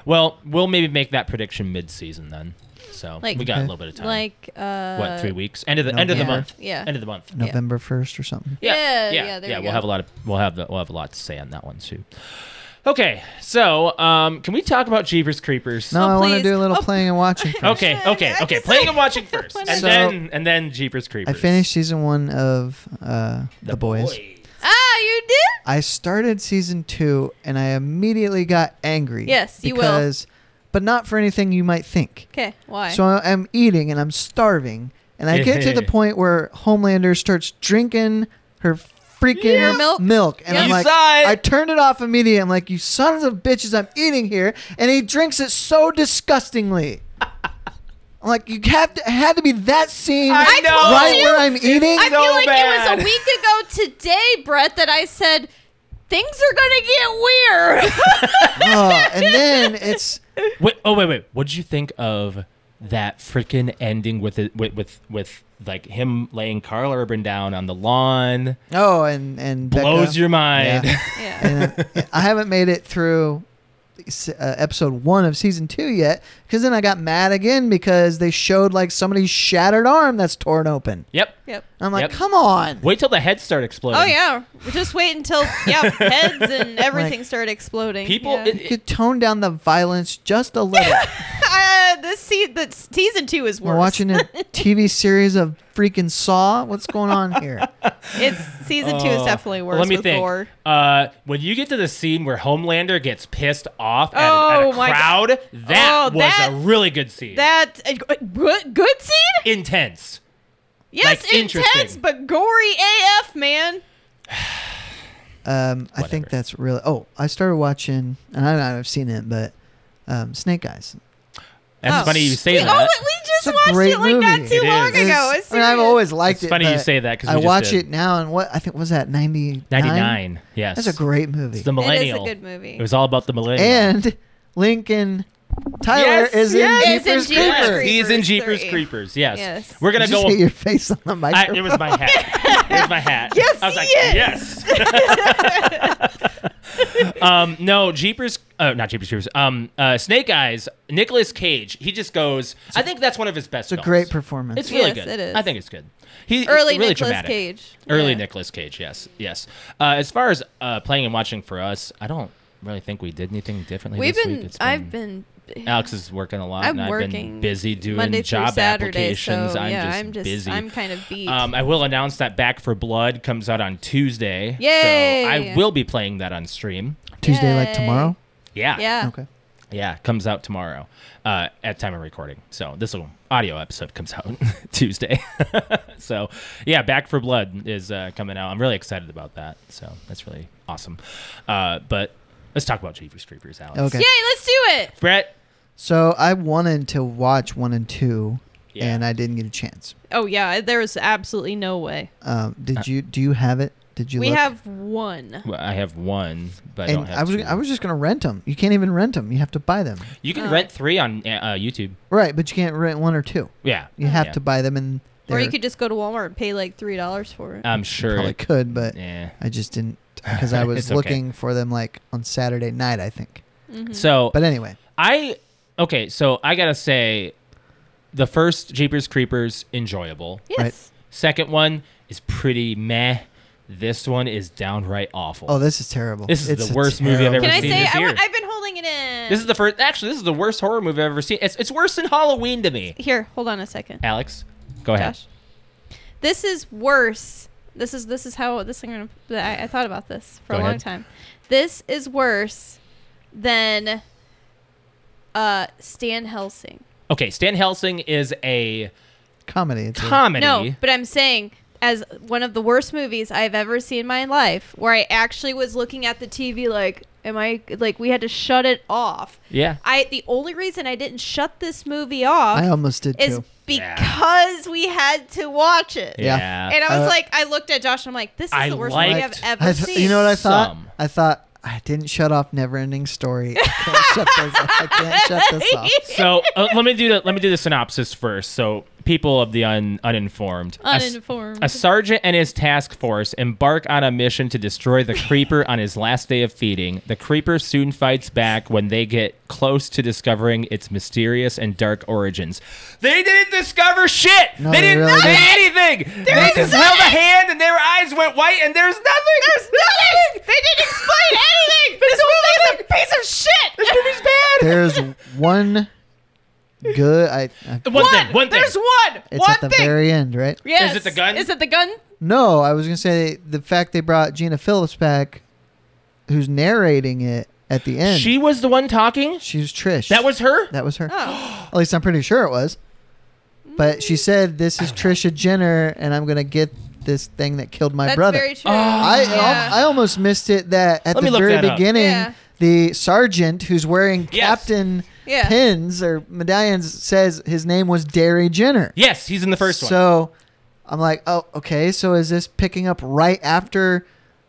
B: Well, we'll maybe make that prediction mid-season then. So
C: Like-
B: we got a
A: Okay.
B: little bit of time.
C: Like uh
B: what three weeks? End of the end of the
A: November.
B: month.
C: Yeah.
B: End of the month.
C: Yeah.
A: November first or something.
C: Yeah,
B: yeah.
C: yeah, there we
B: we'll
C: go.
B: have a lot of we'll have the, we'll have a lot to say on that one too. Okay, so um, can we talk about Jeepers Creepers?
A: No,
C: Oh,
A: I want to
C: please.
A: do a little
C: Oh.
A: playing
C: *laughs*
A: and watching. First.
B: Okay,
C: I-
B: okay,
C: I
B: okay.
C: just-
B: Playing and watching first, and
A: So-
B: then and then Jeepers Creepers.
A: I finished season one of uh, the, boys.
C: Ah, you did?
A: I started season two and I immediately got angry.
C: Yes, you will.
A: because, but not for anything you might think.
C: Okay. Why?
A: So I'm eating and I'm starving, and I get
B: *laughs*
A: to the point where Homelander starts drinking her freaking
C: Yeah.
A: milk.
C: Milk.
A: and
C: Yep.
A: I'm
C: You
A: like,
B: saw it.
A: I turned it off immediately. I'm like, you sons of bitches, I'm eating here, and he drinks it so disgustingly. I'm like, you have to had to be that scene
B: I
C: I
B: know.
C: told
A: right
C: you.
A: where I'm eating.
C: I
B: so
C: feel like
B: bad.
C: it was a week ago today, Brett, that I said things are gonna get weird.
B: *laughs*
A: Oh, and then it's
B: Wait, oh wait, wait. What did you think of that freaking ending with it with with with like him laying Carl Urban down on the lawn?
A: oh, and and
B: Blows
A: Becca.
B: your mind.
A: Yeah.
C: yeah.
A: and uh, I haven't made it through uh, episode one of season two yet because then I got mad again because they showed like somebody's shattered arm that's torn open.
B: *laughs* yep.
C: Yep.
A: And I'm like,
B: Yep.
A: come on.
B: Wait till the heads start exploding.
C: Oh yeah. Just wait until
B: *laughs*
C: yeah heads and everything start exploding.
B: People.
C: Yeah.
B: it-
A: You
B: it-
A: could tone down the violence just a little.
C: *laughs* uh, this se- the season two is worse.
A: We're watching a
B: *laughs*
A: TV series of freaking Saw. What's going on here?
C: It's season two is
B: Oh.
C: definitely worse.
B: Let me
C: with
B: think.
C: Gore.
B: Uh, when you get to the scene where Homelander gets pissed off at, a,
C: Oh,
B: at a
C: my God.
B: crowd, that
C: Oh,
B: was
C: that-
B: a really good scene.
C: That uh, good, good scene.
B: Intense.
C: Yes,
B: Like,
C: intense,
B: interesting.
C: but gory AF, man.
A: Um, I think
B: Whatever.
A: that's really. Oh, I started watching, and I don't know if I've seen it, but um, Snake Eyes.
B: That's
C: Oh.
B: funny you say
C: we,
B: that.
C: Oh, we just
A: It's a
C: watched
A: great
C: it like not
A: movie.
C: too
B: It
C: long
B: is.
C: ago.
A: I mean, I've always liked
B: It's
A: it.
B: funny you
A: but
B: say that 'cause we
A: I
B: just
A: watch
B: did.
A: it now, and what I think was that 99?
B: 99. Yes.
A: That's a great movie.
B: It's the millennial.
C: It is a good movie.
B: It was all about the millennial.
A: and Lincoln Tyler
B: Yes,
A: is
B: yes.
A: in
C: Is in Jeepers
A: Jeepers Creepers.
C: Creepers.
B: He's in Jeepers
C: three.
B: Creepers. Yes.
C: Yes.
B: We're gonna
A: You just
B: go.
A: hit your face on the
B: I,
A: microphone.
B: it *laughs* was my hat. it was my hat.
C: *laughs* Yes,
B: I was like,
C: he is.
B: yes. *laughs* um, no, Jeepers. Uh, not Jeepers Creepers. Um, uh, Snake Eyes. Nicolas Cage. He just goes. I think that's one of his best.
A: it's a
B: films.
A: great performance.
B: It's really
C: Yes,
B: good.
C: it is.
B: I think it's good. He
C: early
B: really
C: Nicholas
B: dramatic.
C: Cage.
B: Early
C: Yeah.
B: Nicolas Cage. Yes, yes. Uh, as far as uh, playing and watching for us, I don't really think we did anything differently.
C: We've
B: this
C: been,
B: Week. It's
C: I've been.
B: Alex is working a lot,
C: I'm
B: and I've been
C: working
B: busy doing
C: Monday through
B: job
C: Saturday,
B: applications.
C: so
B: I'm,
C: yeah,
B: just
C: I'm just
B: busy.
C: I'm kind of beat.
B: Um, I will announce that Back for Blood comes out on Tuesday.
C: Yay!
B: So I will be playing that on stream.
A: Tuesday, like
C: Yay. Uh,
A: tomorrow.
B: Yeah.
C: yeah.
A: Okay.
B: Yeah. Comes out tomorrow uh, at time of recording. So this little audio episode comes out *laughs* Tuesday. so yeah, Back for Blood is uh, coming out. I'm really excited about that. So that's really awesome. Uh, but let's talk about Jeepers Creepers, Alex.
A: Okay.
C: Yay! Let's do it.
B: Brett.
A: So I wanted to watch one and two,
B: Yeah.
A: and I didn't get a chance.
C: Oh yeah, there was absolutely no way.
A: Um, did
B: Uh,
A: you? Do you have it? Did you?
C: we
A: look?
C: have one.
B: Well, I have one, but I
A: And
B: don't have
A: I was
B: two.
A: I was just gonna rent them. You can't even rent them. You have to buy them.
B: you can
C: Oh.
B: rent three on uh, uh, YouTube.
A: Right, but you can't rent one or two.
B: Yeah.
A: You have
B: Yeah.
A: to buy them, and
C: Uh-huh. Or you could just go to Walmart and pay like three dollars for it.
B: I'm sure.
A: probably could, but
B: yeah.
A: I
B: *laughs*
A: just didn't because I was
B: It's okay.
A: looking for them like on Saturday night, I think.
B: So
A: But anyway,
B: I okay, so I gotta say, the first Jeepers Creepers enjoyable.
C: yes.
B: Second one is pretty meh. This one is downright awful.
A: oh, this is terrible.
B: This is
A: It's
B: the
A: a
B: worst movie I've ever
C: Can I
B: seen
C: say
B: this
C: I
B: year.
C: w- I've been holding it in?
B: this is the first. Actually, this is the worst horror movie I've ever seen. It's it's worse than Halloween to me.
C: Here, hold on a second,
B: Alex, go ahead.
C: Josh. This is worse. This is this is how this thing. I'm gonna- I, I thought about this for
B: Go
C: a long
B: ahead.
C: time. This is worse than uh Stan Helsing.
B: Okay, Stan Helsing is a
A: comedy. It's a-
B: comedy.
C: No, but I'm saying as one of the worst movies I've ever seen in my life, where I actually was looking at the TV like, am I like we had to shut it off.
B: yeah.
C: I the only reason I didn't shut this movie off
A: I almost did
C: is
A: too.
B: Yeah.
C: because we had to watch it.
A: Yeah.
C: And I was
A: Uh,
C: like, I looked at Josh and I'm like, this is
B: I
C: the worst
B: liked-
C: movie I've ever
A: I th-
C: seen.
A: you know what I thought?
B: Some.
A: I thought I didn't shut off Neverending Story. I can't shut this. I can't shut this off.
C: *laughs*
B: so uh, let me do the let me do the synopsis first. So people of the un, uninformed, A s-
C: Uninformed.
B: A, sergeant and his task force embark on a mission to destroy the creeper on his last day of feeding. The creeper soon fights back when they get close to discovering its mysterious and dark origins. They didn't discover shit.
A: No,
B: they
A: they
B: didn't
A: really
B: say
A: didn't.
B: anything. they just held a hand and their eyes went white and there's nothing. There's nothing. they didn't *laughs* explain anything. This movie's a piece of shit. This movie's bad.
A: There's one good. I, I
B: one, thing. One thing.
C: There's *laughs* one.
A: it's
C: one
A: at the
C: thing.
A: very end, right?
C: yes.
B: Is it the gun?
C: Is it the
A: *gasps*
C: gun?
A: No, I was gonna say the fact they brought Gina Phillips back, who's narrating it at the end.
B: She was the one talking.
A: she's Trish.
B: That was her.
A: that was her.
C: Oh.
A: At least I'm pretty sure it was. But
C: Mm.
A: she said, "This is Trisha Jenner, and I'm gonna get this thing that killed my
C: That's
A: brother."
C: very
B: Oh.
C: true.
A: I,
C: yeah.
A: I almost missed it that at
B: Let me
A: the
B: look
A: very
B: that up.
A: beginning,
C: Yeah.
A: the sergeant who's wearing
B: Yes.
A: captain
C: Yeah.
A: pins or medallions says his name was Derry Jenner.
B: Yes, he's in the first one.
A: So I'm like, oh, okay. So is this picking up right after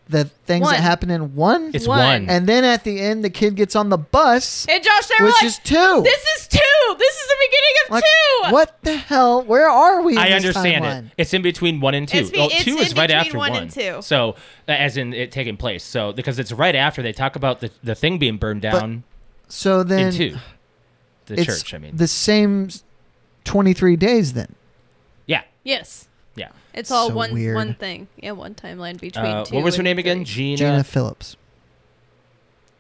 A: the things
C: One.
A: that happened in one?
B: It's
C: one.
B: one.
A: and then at the end, the kid gets on the bus,
C: And Josh and I were
A: which
C: like,
A: is two.
C: this is two. This is the beginning of
A: Like,
C: two.
A: What the hell? Where are we? in
B: I
A: this
B: understand
A: timeline?
B: it. It's in between one and two.
C: It's be-
B: Well,
C: it's
B: two
C: in
B: is right
C: between
B: after
C: one
B: one.
C: and two.
B: So, uh, as in it taking place. So, because it's right after they talk about the, the thing being burned down
A: So then
B: in two. The
A: it's
B: church, I mean.
A: the same s- 23 days then.
B: yeah.
C: Yes.
B: Yeah.
C: It's all
A: So
C: one
A: weird.
C: one thing. Yeah, one timeline between
B: Uh,
C: two.
B: what was her
C: and
B: name again?
C: three.
B: Gina,
A: Gina Phillips.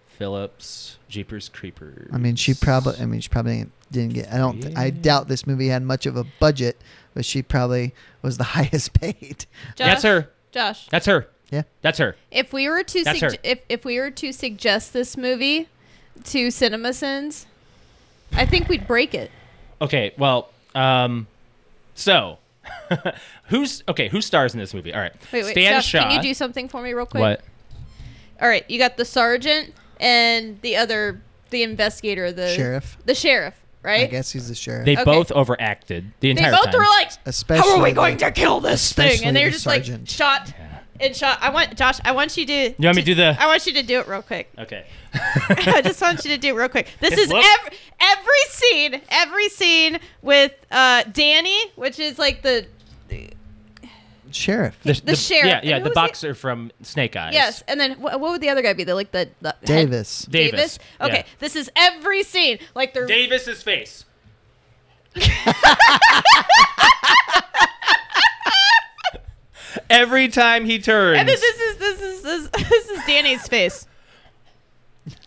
B: Phillips, Jeepers Creepers.
A: I mean, she probably. I mean, she probably didn't get. I don't. Th- I doubt this movie had much of a budget, but she probably was the *laughs* highest paid.
C: Josh,
B: That's her.
C: Josh,
B: That's her.
A: Yeah.
B: That's her.
C: if we were to
B: That's
C: sug-
B: her.
C: if if we were to suggest this movie to CinemaSins, I think we'd break it.
B: Okay, well, um, so *laughs* who's okay? Who stars in this movie? All right,
C: Wait, wait,
B: Stan
C: Josh,
B: Shaw.
C: can you do something for me real quick?
B: what?
C: All right, you got the sergeant and the other the investigator, the
A: Sheriff.
C: the sheriff, right?
A: I guess he's the sheriff.
B: They
C: Okay.
B: both overacted the
C: They
B: entire
C: both
B: time.
C: were like,
A: especially
C: "How are we going to kill this thing?"
A: especially
C: And they're
A: the
C: just like
A: sergeant.
C: shot and shot. I want Josh. I want you to.
B: You want me to do the-
C: I want you to do it real quick. *laughs*
B: okay.
C: I just want you to do it real quick. This
B: Just
C: is
B: look.
C: every, every scene, every scene with uh, Danny, which is like the
A: sheriff.
B: The,
C: sheriff.
B: Yeah, yeah,
C: Who
B: the
C: was it?
B: boxer from Snake Eyes.
C: yes, and then wh- what would the other guy be? The like the, the head-
A: Davis.
B: Davis. yeah.
C: Okay, this is every scene. Like they're
B: Davis's face. *laughs* Every time he turns,
C: And then *laughs* this is this is this, this is Danny's face.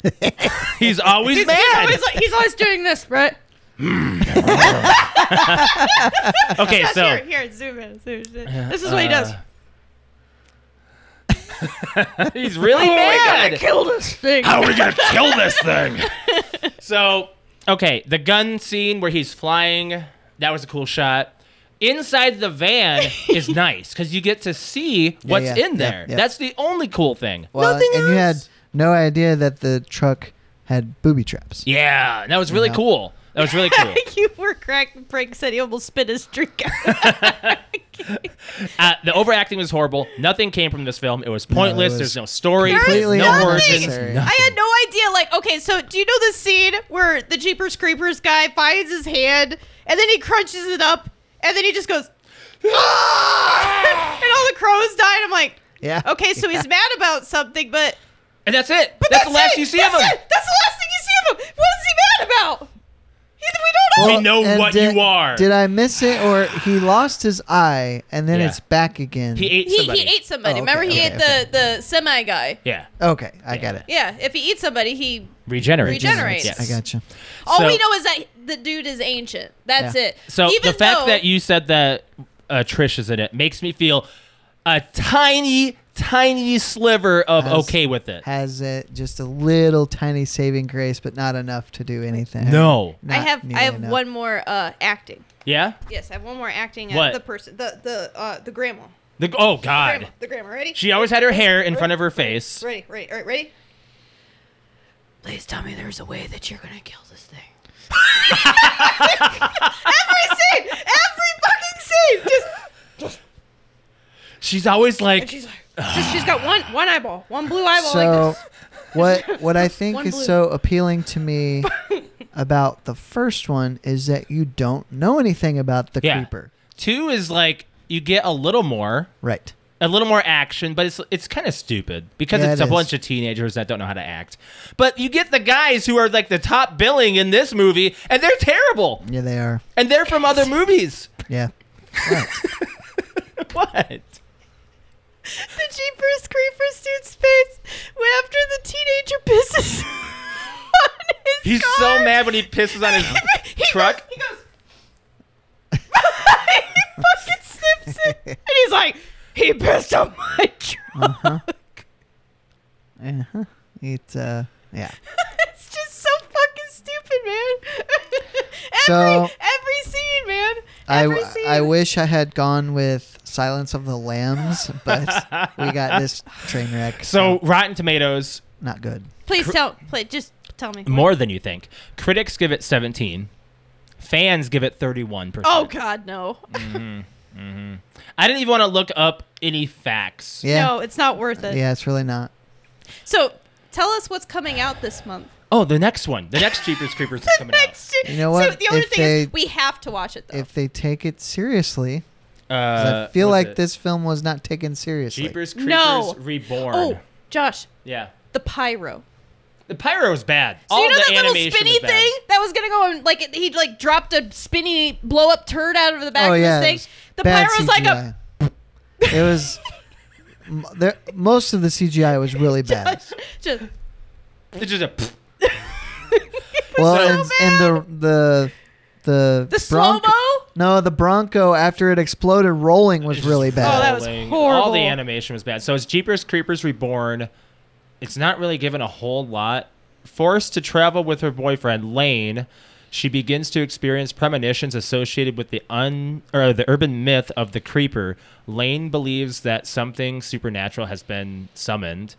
B: *laughs* he's always
C: *laughs* He's,
B: mad.
C: he's always like, he's always doing this, right?
B: okay, so
C: here, here, zoom in, zoom in.
B: Uh,
C: This is what he does.
B: he's really mad.
C: kill this thing.
B: How are we gonna kill this thing? *laughs* so, okay, the gun scene where he's flying, that was a cool shot. Inside the van
A: *laughs*
B: is nice because you get to see what's
A: yeah,
B: in
A: yeah,
B: there.
A: yeah.
B: That's the only cool thing.
A: Well,
B: Nothing
A: and
B: else.
A: you had no idea that the truck had booby traps.
B: yeah, that was really
A: Yeah.
B: cool. That was really
A: *laughs*
B: cool.
C: *laughs* you were cracked. Frank said he almost spit his drink out.
B: *laughs*
C: *laughs*
B: Uh, the overacting was horrible. Nothing came from this film. It was pointless.
A: was
B: There's no story.
A: completely
B: no
C: nothing.
B: origins.
A: unnecessary.
B: nothing.
C: I had no idea. Like, okay, so do you know the scene where the Jeepers Creepers guy finds his hand and then he crunches it up and then he just goes, "Ah!"
A: *laughs*
C: and all the crows die? And I'm like,
A: Yeah.
C: okay, so he's mad about something, but
B: and that's it.
C: but
B: that's, the last
C: it.
B: you see
C: That's
B: of him.
C: it. That's the last thing you see of him. What is he mad about? He, we don't know.
B: Well, We know
A: and
B: what
A: did-
B: you are.
A: Did I miss it, or he lost his eye and then
B: Yeah.
A: it's back again?
B: He ate
C: he,
B: somebody.
C: he ate somebody.
A: Oh, okay,
C: Remember, he
A: okay,
C: ate the the semi guy.
B: yeah.
A: Okay, I got it.
C: Yeah, if he eats somebody, he.
B: Regenerates.
C: Regenerates.
B: Yes.
A: I got you.
C: All
B: So-
C: we know is that the dude is ancient. That's
A: Yeah.
C: it.
B: So
C: Even
B: the fact
C: though-
B: that you said that uh, Trish is in it makes me feel a tiny, tiny sliver of
A: Has-
B: okay with it.
A: Has it just a little tiny saving grace, but not enough to do anything.
B: No.
C: I
A: Not
C: have I
A: nearly
C: have
A: enough.
C: one more uh, acting.
B: Yeah.
C: Yes, I have one more acting at
B: What?
C: the person the the uh, the grandma.
B: The, oh
C: Grandma,
B: God.
C: the grandma. Ready?
B: She always had her hair in front of her face.
C: ready, ready, all right, ready? Please tell me there's a way that you're gonna kill this thing. *laughs* every scene, every fucking scene, just
B: She's always
C: and
B: like,
C: she's like, just, she's got one one eyeball, one blue eyeball. like
A: So,
C: this. *laughs*
A: *laughs* what what I think
C: One
A: is
C: blue.
A: so appealing to me
C: *laughs*
A: about the first one is that you don't know anything about the
B: Yeah.
A: creeper,
B: two is like you get a little more,
A: right?
B: a little more action, but it's it's kind of stupid because
A: Yeah,
B: it's
A: it
B: a
A: is.
B: bunch of teenagers that don't know how to act. But you get the guys who are like the top billing in this movie, and they're terrible,
A: Yeah, they are.
B: and they're from other movies. *laughs*
C: *laughs*
A: Yeah.
B: What?
C: the Jeepers Creepers dude's face when after the teenager pisses *laughs* on his
B: He's
C: car.
B: so mad when he pisses on his
C: *laughs* He
B: truck.
C: Goes, he goes. *laughs* he fucking snips it, and he's like, "He pissed on my truck."
A: Mm. Uh-huh. It. Uh, yeah.
C: *laughs* It's just so fucking stupid, man. *laughs* every
A: So-
C: every scene, man.
A: I,
C: Every scene.
A: I wish I had gone with Silence of the Lambs,
B: *laughs*
A: but we got this train wreck.
B: So Rotten Tomatoes,
A: not good.
C: Please tell. Play, just Tell me.
B: More than you think. Critics give it 17. Fans give it 31%.
C: Oh God, no.
B: I didn't even want to look up any facts.
A: Yeah.
C: No, it's not worth it.
A: Yeah, it's really not.
C: So tell us what's coming out this month.
B: Oh, the next one. The next
C: *laughs*
B: Jeepers Creepers is coming out.
C: Next-
A: You know
C: So
A: what?
C: the other
A: If
C: thing
A: they-
C: is we have to watch it though.
A: If they take it seriously, 'cause
B: Uh,
A: I feel
B: what is
A: like
B: it?
A: this film was not taken seriously.
B: Jeepers Creepers
C: No.
B: Reborn.
C: oh, Josh,
B: Yeah.
C: the pyro.
B: The pyro was bad.
C: So
B: All
C: you know
B: the
C: that little
B: animation
C: spinny
B: was bad.
C: thing that was gonna go and like it- he like dropped a spinny blow up turd out of the back
A: oh
C: of
A: yeah, it
C: this
A: was
C: thing. The
A: bad
C: pyro's like a
A: CGI. it was. m- There, most of the CGI was really bad.
C: *laughs* just
B: It's just a.
A: well,
B: so
A: and, and the the the
C: the slow
A: Bronco-
C: mo.
A: No, the Bronco after it exploded rolling was really
C: Oh, that
A: bad.
C: was
B: Rolling. All the
C: horrible.
B: animation was bad. So it's Jeepers Creepers Reborn. It's not really given a whole lot. Forced to travel with her boyfriend Lane, she begins to experience premonitions associated with the un or the urban myth of the creeper. Lane believes that something supernatural has been summoned,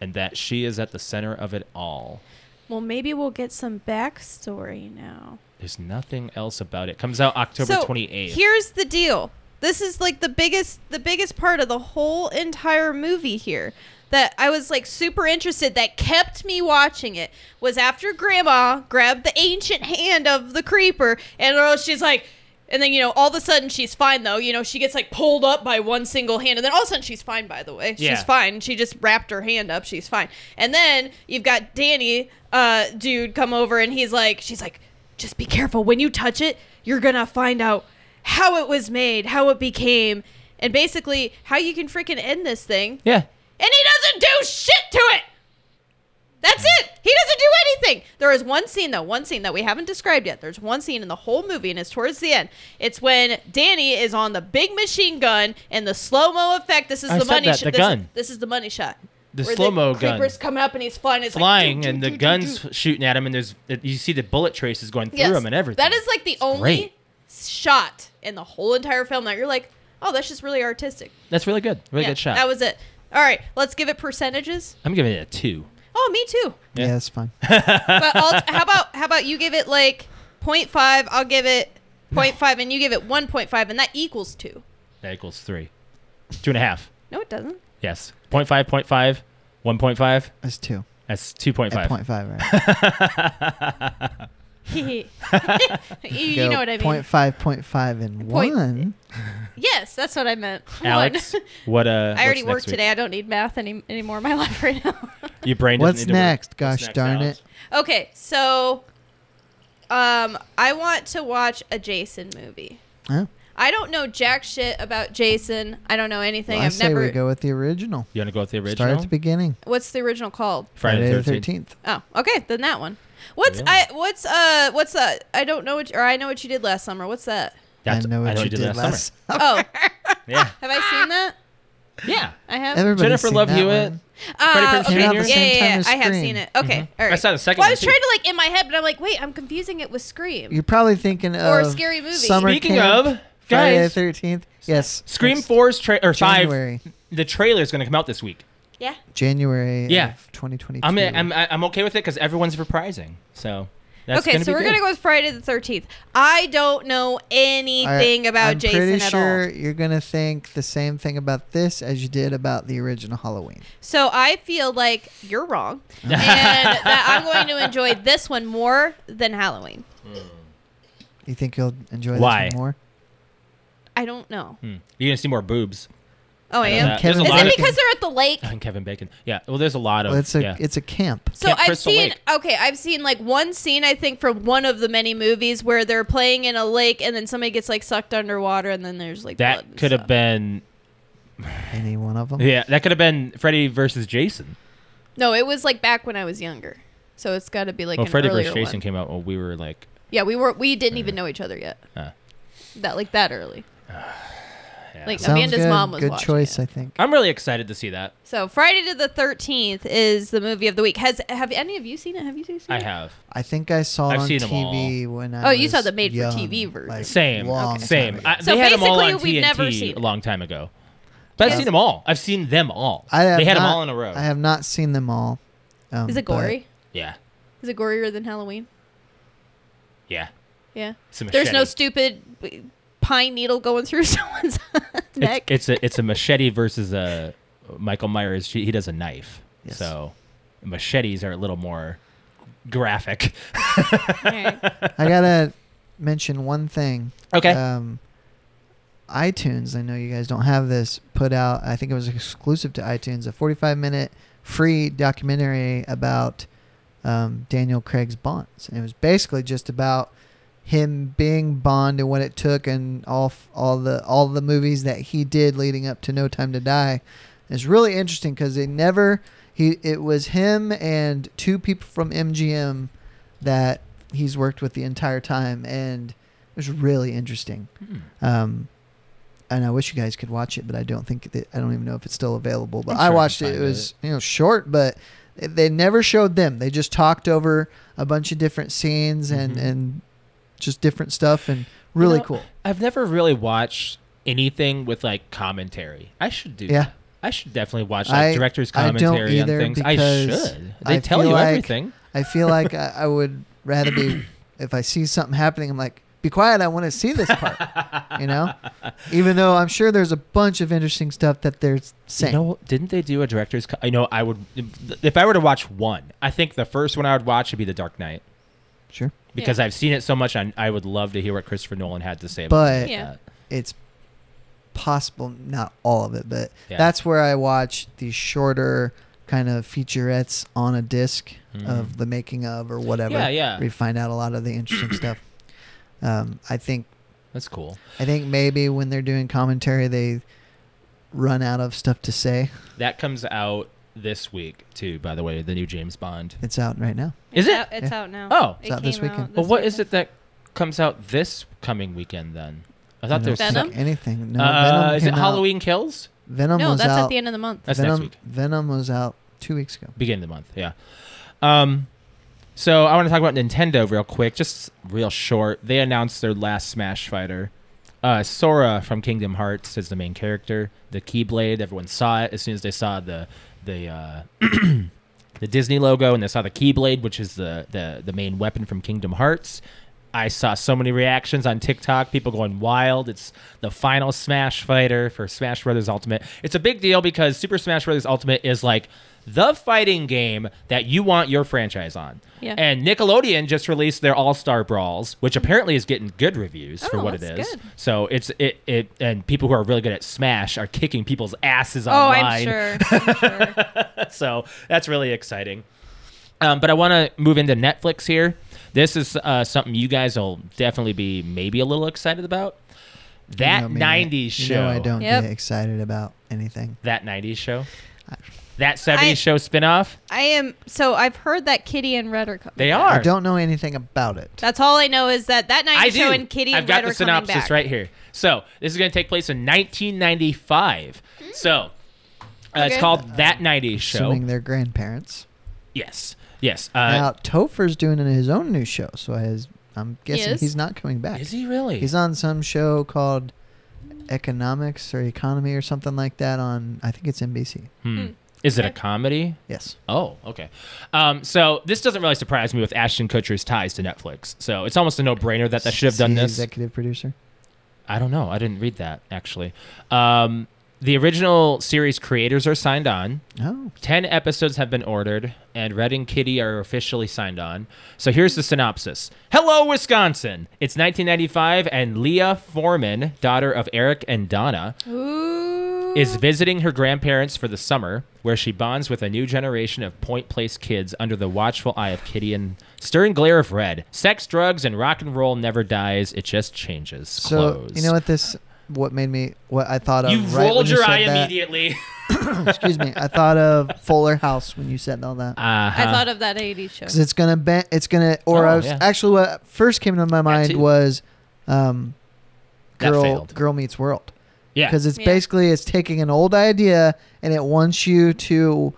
B: and that she is at the center of it all.
C: Well, maybe we'll get some backstory now.
B: There's nothing else about it. Comes out October
C: so
B: 28th.
C: Here's the deal. This is like the biggest the biggest part of the whole entire movie here that I was like super interested that kept me watching it was after grandma grabbed the ancient hand of the creeper and oh, she's like and then you know all of a sudden she's fine though you know she gets like pulled up by one single hand and then all of a sudden she's fine by the way
B: Yeah.
C: she's fine she just wrapped her hand up she's fine and then you've got Danny uh dude come over and he's like she's like just be careful when you touch it you're gonna find out how it was made how it became and basically how you can freaking end this thing and
B: yeah.
C: he doesn't do shit to it that's it he doesn't do anything there is one scene though one scene that we haven't described yet there's one scene in the whole movie and it's towards the end it's when danny is on the big machine gun and the slow-mo effect this is
B: I
C: the
B: said
C: money
B: that,
C: sh-
B: the
C: this,
B: gun.
C: this is the money shot
B: The
C: where
B: slow-mo gun.
C: creeper's coming up and he's flying it's like,
B: flying
C: doo, doo,
B: and
C: doo,
B: the
C: doo, doo.
B: guns shooting at him and there's you see the bullet traces going through
C: Yes.
B: him and everything
C: That is like the only
B: great.
C: shot in the whole entire film that you're like, oh, that's just really artistic.
B: that's really good really
C: Yeah,
B: good shot
C: That was it. All right, let's give it percentages.
B: i'm giving it a two
C: Oh, me too.
A: Yeah, that's fine.
C: But I'll, how about how about you give it like 0.5, I'll give it 0.5 and you give it 1.5 and that equals 2.
B: that equals three two and a half
C: No, it doesn't.
B: yes 0.5 0.5 1.5
A: That's two.
B: that's
A: At
B: 2.5
A: point five, right?
C: you, *laughs*
A: Go
C: you know what I mean.
A: Point five, point five, and
C: Point-
A: one.
C: Yes, that's what I meant.
B: *laughs* alex
C: One.
B: what uh
C: *laughs* I already
B: what's next
C: worked
B: week?
C: today. I don't need math any anymore in my *laughs* life right now.
B: your brain doesn't
A: What's
B: need to work.
A: next?
B: What's
A: Gosh
B: next,
A: darn
B: Alex?
A: it!
C: Okay, so um I want to watch a Jason movie.
A: Huh?
C: I don't know jack shit about Jason. I don't know anything.
A: Well, I
C: I've
A: say
C: never
A: we go with the original.
B: you want to go with the original
A: Start at the beginning.
C: What's the original called?
B: friday the 13th
A: Thirteenth.
C: Oh, okay, then that one. What's
B: Yeah.
C: I what's uh what's that? I don't know what or I know what you did last summer. What's
A: *laughs*
C: that?
B: that's
A: I know what you did, last. *laughs* Summer.
C: Oh, have
B: summer yeah
C: I seen that?
B: yeah
C: I have.
A: Everybody's
B: Jennifer
A: seen
B: Love
A: that
B: Hewitt.
A: one.
B: Prinze
C: Uh, okay,
B: Came
C: yeah,
B: out the
C: yeah,
A: same
C: yeah,
A: time
C: yeah.
A: as
C: I have
A: Scream.
C: seen it. Okay, all right.
B: Mm-hmm. I saw the second
C: Well, I
B: one,
C: was
B: too.
C: trying to like in my head, but I'm like, wait, I'm confusing it with Scream.
A: You're probably thinking of
C: Or Scary Movie.
A: Summer
B: speaking
A: Camp,
B: of
A: Friday the
B: guys
A: Thirteenth. Yes.
B: scream
A: That's
B: 4's tra- or 5
A: January.
B: the trailer is going to come out this week
C: yeah.
A: January.
B: Yeah.
A: Of 2022.
B: I'm I'm I'm okay with it because everyone's reprising. So that's
C: okay,
B: gonna
C: so
B: be
C: we're
B: good.
C: gonna go with Friday the Thirteenth. I don't know anything about
A: I'm
C: Jason
A: pretty
C: at
A: sure
C: all,
A: you're gonna think the same thing about this as you did about the original Halloween.
C: so I feel like you're
B: *laughs*
C: wrong, and that I'm going to enjoy this one more than Halloween.
A: You think you'll enjoy
B: Why?
A: this one more?
C: I don't know.
B: Hmm. You're gonna see more boobs.
C: Oh, I
B: I know
C: am.
B: that. There's
A: Kevin
B: a
C: Is
B: lot
C: it
B: of
C: because they're at the lake?
B: *laughs* and Kevin Bacon. Yeah. Well, there's a lot of.
A: Well, it's a
B: yeah.
A: it's a camp.
C: So
B: Camp
C: I've
B: Crystal
C: seen
B: Lake.
C: okay, I've seen like one scene I think from one of the many movies where they're playing in a lake and then somebody gets like sucked underwater and then there's like blood
B: that
C: and
B: could have
C: stuff.
B: been.
A: Any one of them?
B: Yeah, that could have been Freddy versus Jason.
C: no, it was like back when I was younger, so it's got to be like
B: well,
C: an
B: Freddy
C: earlier
B: versus Jason
C: one.
B: came out when we were like,
C: Yeah, we were we didn't even know each other yet.
B: uh,
C: That like that early.
B: yeah.
C: Like
A: Sounds
C: Amanda's
A: good.
C: mom was
A: good
C: watching
A: choice,
C: it.
A: I think.
B: I'm really excited to see that.
C: So Friday to the Thirteenth is the movie of the week. Has have any of you seen it? Have you seen it?
B: I have.
A: I think I saw it
B: I've
A: on
B: seen 'em
A: TV when I
C: Oh, you saw
A: was
C: the made-for-TV
A: young,
C: version.
A: like,
B: Same.
A: long time
B: Same.
A: ago.
B: I,
C: So
B: they had them all on
C: basically, we've
B: TNT
C: never seen
B: a
C: it.
B: long time ago. But I've
C: Yeah.
B: seen them all. I've seen them all.
A: I have
B: they had
A: not,
B: them all in a row.
A: I have not seen them all. Um,
C: Is it
A: but
C: gory?
B: yeah.
C: Is it gorier than Halloween?
B: Yeah.
C: Yeah.
B: It's a
C: There's no
B: machete.
C: stupid uh, pine needle going through *laughs* someone's
B: *laughs* it's,
C: neck.
B: it's a it's a machete versus a Michael Myers. She, he does a knife,
A: Yes.
B: so machetes are a little more
A: *laughs*
B: graphic.
C: Alright.
A: I gotta mention one thing.
B: Okay.
A: Um, iTunes. I know you guys don't have this. Put out. I think it was exclusive to iTunes. A 45 minute free documentary about um, Daniel Craig's Bonds, and it was basically just about him being Bond and what it took, and all f- all the all the movies that he did leading up to No Time to Die. It's really interesting because they never he it was him and two people from MGM that he's worked with the entire time, and it was really interesting.
B: Hmm.
A: Um, and I wish you guys could watch it, but I don't think that, I don't even know if it's still available. But
B: I'm
A: I
B: sure I
A: watched
B: can
A: it. It
B: find
A: was you know short, but they- they never showed them. They just talked over a bunch of different scenes and
B: Mhm.
A: and just different stuff and really
B: know,
A: cool.
B: I've never really watched anything with like commentary. I should do.
A: Yeah.
B: that. I should definitely watch like,
A: I-
B: director's
A: I don't
B: commentary on
A: either
B: things. I
A: because
B: should. They
A: I
B: tell
A: feel
B: you
A: like-
B: everything.
A: I feel like I, I would rather be *coughs* if I see something happening. I'm like, be quiet. I want to see this part.
B: *laughs*
A: You know, even though I'm sure there's a bunch of interesting stuff that they're saying.
B: You know, didn't they do a director's? Co- I know. I would. If, if I were to watch one, I think the first one I would watch would be The Dark Knight
A: sure,
B: because
C: Yeah.
B: I've seen it so much. I, I would love to hear what Christopher Nolan had to say.
A: but
C: Yeah.
A: it's possible not all of it, but
B: Yeah.
A: that's where I watch the shorter kind of featurettes on a disc
B: Hmm.
A: of the making of or whatever.
B: Mm-hmm. Yeah, yeah.
A: We find out a lot of the interesting stuff. Um, I think
B: That's cool.
A: I think maybe when they're doing commentary, they run out of stuff to say.
B: That comes out this week too. By the way, the new James Bond.
A: It's out right now.
B: Is
C: It's
B: it?
C: Out, it's out now.
B: Oh.
A: It's out this
C: came
A: weekend.
B: Well, what is it that comes out this coming weekend then? I
A: I
B: thought
A: don't
B: there's
A: think
C: Venom?
A: Anything? No,
B: uh,
A: Venom
B: is it
A: came out-
B: Halloween Kills?
A: Venom
C: No,
A: was
C: that's
A: out.
C: at the end of the month.
B: That's next
A: Venom.
B: week.
A: Venom was out two weeks ago.
B: Beginning of the month. Yeah. Um. So I want to talk about Nintendo real quick, just real short. They announced their last Smash Fighter. Uh, Sora from Kingdom Hearts is the main character. The Keyblade, everyone saw it as soon as they saw the the uh, *clears throat* the Disney logo and they saw the Keyblade, which is the, the the main weapon from Kingdom Hearts. I saw so many reactions on TikTok, people going wild. It's the final Smash Fighter for Smash Brothers Ultimate. It's a big deal because Super Smash Brothers Ultimate is like the fighting game that you want your franchise on.
C: Yeah.
B: And Nickelodeon just released their All Star Brawls, which apparently is getting good reviews for
C: Oh,
B: what it
C: that's
B: is.
C: good.
B: So it's it it and people who are really good at Smash are kicking people's asses
C: Oh,
B: online *laughs*
C: I'm sure. I'm sure.
B: so that's really exciting. Um, but I want to move into Netflix here. This is uh, something you guys will definitely be maybe a little excited about. That
A: You know me, I-
B: 90s show.
A: You know I don't
C: Yep.
A: get excited about anything.
B: That 90s show. That 70s
C: I-
B: show spinoff.
C: I am. So I've heard that Kitty and Red are coming.
B: They
C: back.
B: are.
A: I don't know anything about it.
C: That's all I know is that that night
B: I
C: show
B: do.
C: and Kitty
B: I've
C: and
B: got
C: Red
B: the
C: are coming
B: synopsis
C: back.
B: right here. So this is going to take place in 1995. So uh, it's
C: Hmm. Okay.
B: called That 90s Show.
A: Assuming they're grandparents.
B: yes. Yes. Uh,
A: now Topher's doing his own new show, so as I'm guessing
C: is?
A: he's not coming back.
B: is he really?
A: He's on some show called Economics or Economy or something like that on I think it's NBC.
B: Hmm.
C: Hmm.
B: Is it a
C: Okay.
B: comedy?
A: Yes.
B: Oh, okay. Um, so this doesn't really surprise me with Ashton Kutcher's ties to Netflix. So it's almost a no-brainer that they should have
A: Is
B: done
A: he
B: this.
A: Executive producer.
B: I don't know. I didn't read that actually. Um, the original series creators are signed on.
A: Oh.
B: Ten episodes have been ordered, and Red and Kitty are officially signed on. So here's the synopsis Hello, Wisconsin! It's 1995, and Leah Foreman, daughter of Eric and Donna,
C: Ooh.
B: is visiting her grandparents for the summer, where she bonds with a new generation of Point Place kids under the watchful eye of Kitty and stirring glare of Red. Sex, drugs, and rock and roll never dies; it just changes.
A: So
B: Close.
A: you know what this what made me what I thought of
B: You
A: right when
B: rolled
A: you
B: your
A: said
B: eye
A: that. *laughs*
B: immediately.
A: Excuse me. I
B: *laughs*
A: thought of Fuller House when you said all that.
B: Uh-huh.
C: I thought of that 80s show.
A: Because it's gonna be, it's gonna, or
B: Oh,
A: I was
B: yeah.
A: actually what first came to my mind
B: too.
A: was, um,
B: That
A: girl,
B: failed.
A: girl meets world.
B: yeah,
A: Because it's
C: Yeah.
A: basically it's taking an old idea and it wants you to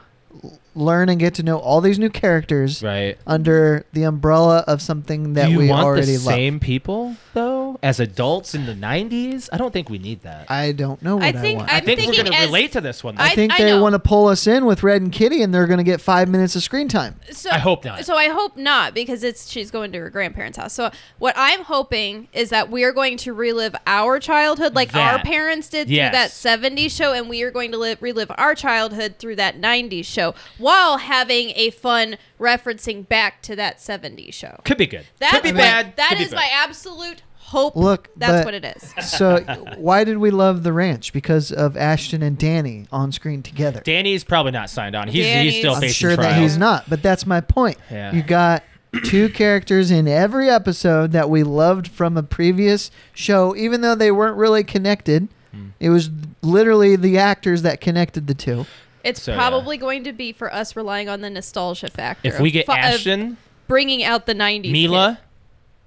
A: learn and get to know all these new characters
B: right.
A: under the umbrella of something that
B: Do you
A: we
B: want
A: already
B: the
A: love.
B: same people though as adults in the '90s? I don't think we need that. I,
A: I don't know what I,
C: I think
A: want.
C: I-
A: I,
C: I'm
B: think we're
C: thinking
B: going to
C: as-
B: relate to this one. though.
C: I-
A: think they
C: know.
A: want to pull us in with Red and Kitty, and they're going to get five minutes of screen time.
C: So
B: I hope not.
C: So I hope not because it's she's going to her grandparents' house. So what I'm hoping is that we are going to relive our childhood like our
B: That.
C: parents did
B: Yes.
C: through that 70s show and we are going to live, relive our childhood through that 90s show while having a fun referencing back to that 70s show.
B: could be good.
C: That's
B: could be
C: what-
B: bad.
C: That
B: could be
C: is
B: good.
C: my absolute hope.
A: Look,
C: that's
A: but-
C: what it
B: *laughs*
C: is.
A: So, why did we love the ranch? Because of Ashton and Danny on screen together.
B: Danny's probably not signed on. He's, he's
C: Danny's-
B: still
A: I'm
B: facing
A: sure
B: trial.
A: that he's not, but that's my point.
B: Yeah.
A: You got two characters in every episode that we loved from a previous show, even though they weren't really connected.
B: Hmm.
A: It was literally the actors that connected the two.
C: It's
B: So, yeah.
C: probably going to be for us relying on the nostalgia factor.
B: If
C: of
B: we get
C: fu- of
B: Ashton,
C: bringing out the 90s. kid.
B: Mila,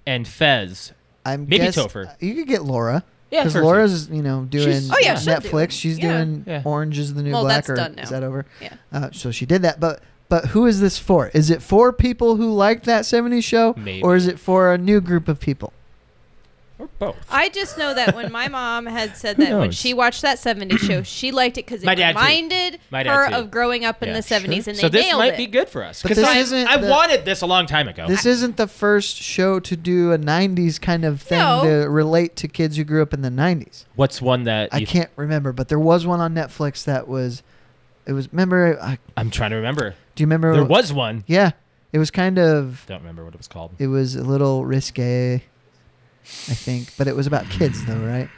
B: and Fez,
A: I'm
B: Maybe
A: guess-
B: Topher.
A: You could get Laura.
B: Yeah,
A: because
B: Topher.
A: Laura's you know doing
B: She's- Oh,
C: yeah, she'll do
A: Netflix.
C: it.
A: She's
C: Yeah.
A: doing
B: Yeah.
A: Orange is the New
C: Well,
A: Black,
C: that's
A: or
C: done now.
A: is that over?
C: Yeah.
A: Uh, so she did that, but but who is this for? Is it for people who liked that '70s show,
B: Maybe.
A: or is it for a new group of people?
B: or both.
C: I just know that when
A: *laughs*
C: my mom had said
B: Who
C: that when
B: knows?
C: she watched that 70s show, she liked it because it
B: My dad too.
C: reminded
B: My dad
C: her
B: too.
C: of growing up in
B: Yeah.
C: the 70s, and they
B: so this
C: nailed
B: might
C: it.
B: be good for us
A: But
B: because
A: this
B: I,
A: isn't
B: I
A: the-
B: wanted this a long time ago.
A: This isn't the first show to do a '90s kind of thing
C: No.
A: to relate to kids who grew up in the '90s.
B: What's one that
A: I
B: you-
A: can't remember, but there was one on Netflix that was. It was. Remember? I,
B: I'm trying to remember?
A: do you remember?
B: There was one.
A: Yeah, it was kind of.
B: Don't remember what it was called.
A: It was a little risque, I think, but it was about kids
B: *sighs*
A: though, right?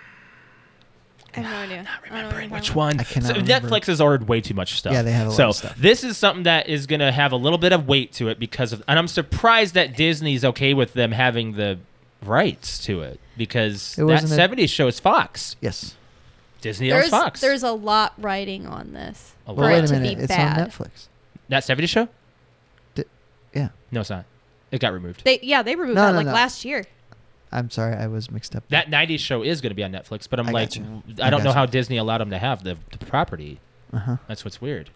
C: I have no
B: Not
C: idea. I don't know what
B: remembering
C: you're
B: which
C: talking about.
B: one.
A: I cannot
B: so
A: remember.
B: Netflix has ordered way too much stuff.
A: Yeah, they have a lot
B: so
A: of stuff.
B: this is something that is going to have a little bit of weight to it because of, and I'm surprised that Disney's okay with them having the rights to it because
A: It
B: that
A: wasn't a-
B: 70s show is Fox.
A: Yes.
B: Disney owns
C: There's,
B: Fox.
C: there's a lot writing on this.
B: A
C: for
A: Well,
C: it
A: wait a
C: to be
A: minute. It's on
C: bad.
A: Netflix.
B: that 70s show.
A: D- yeah.
B: No, it's not. It got removed.
C: They, yeah, they removed
A: No,
C: that
A: no,
C: like
A: no.
C: last year.
A: I'm sorry, I was mixed up.
B: that 90s show is going to be on Netflix, but I'm
A: I
B: like,
A: gotcha.
B: w-
A: I
B: I don't know
A: gotcha.
B: how Disney allowed them to have the, the property.
A: Uh huh.
B: That's what's weird.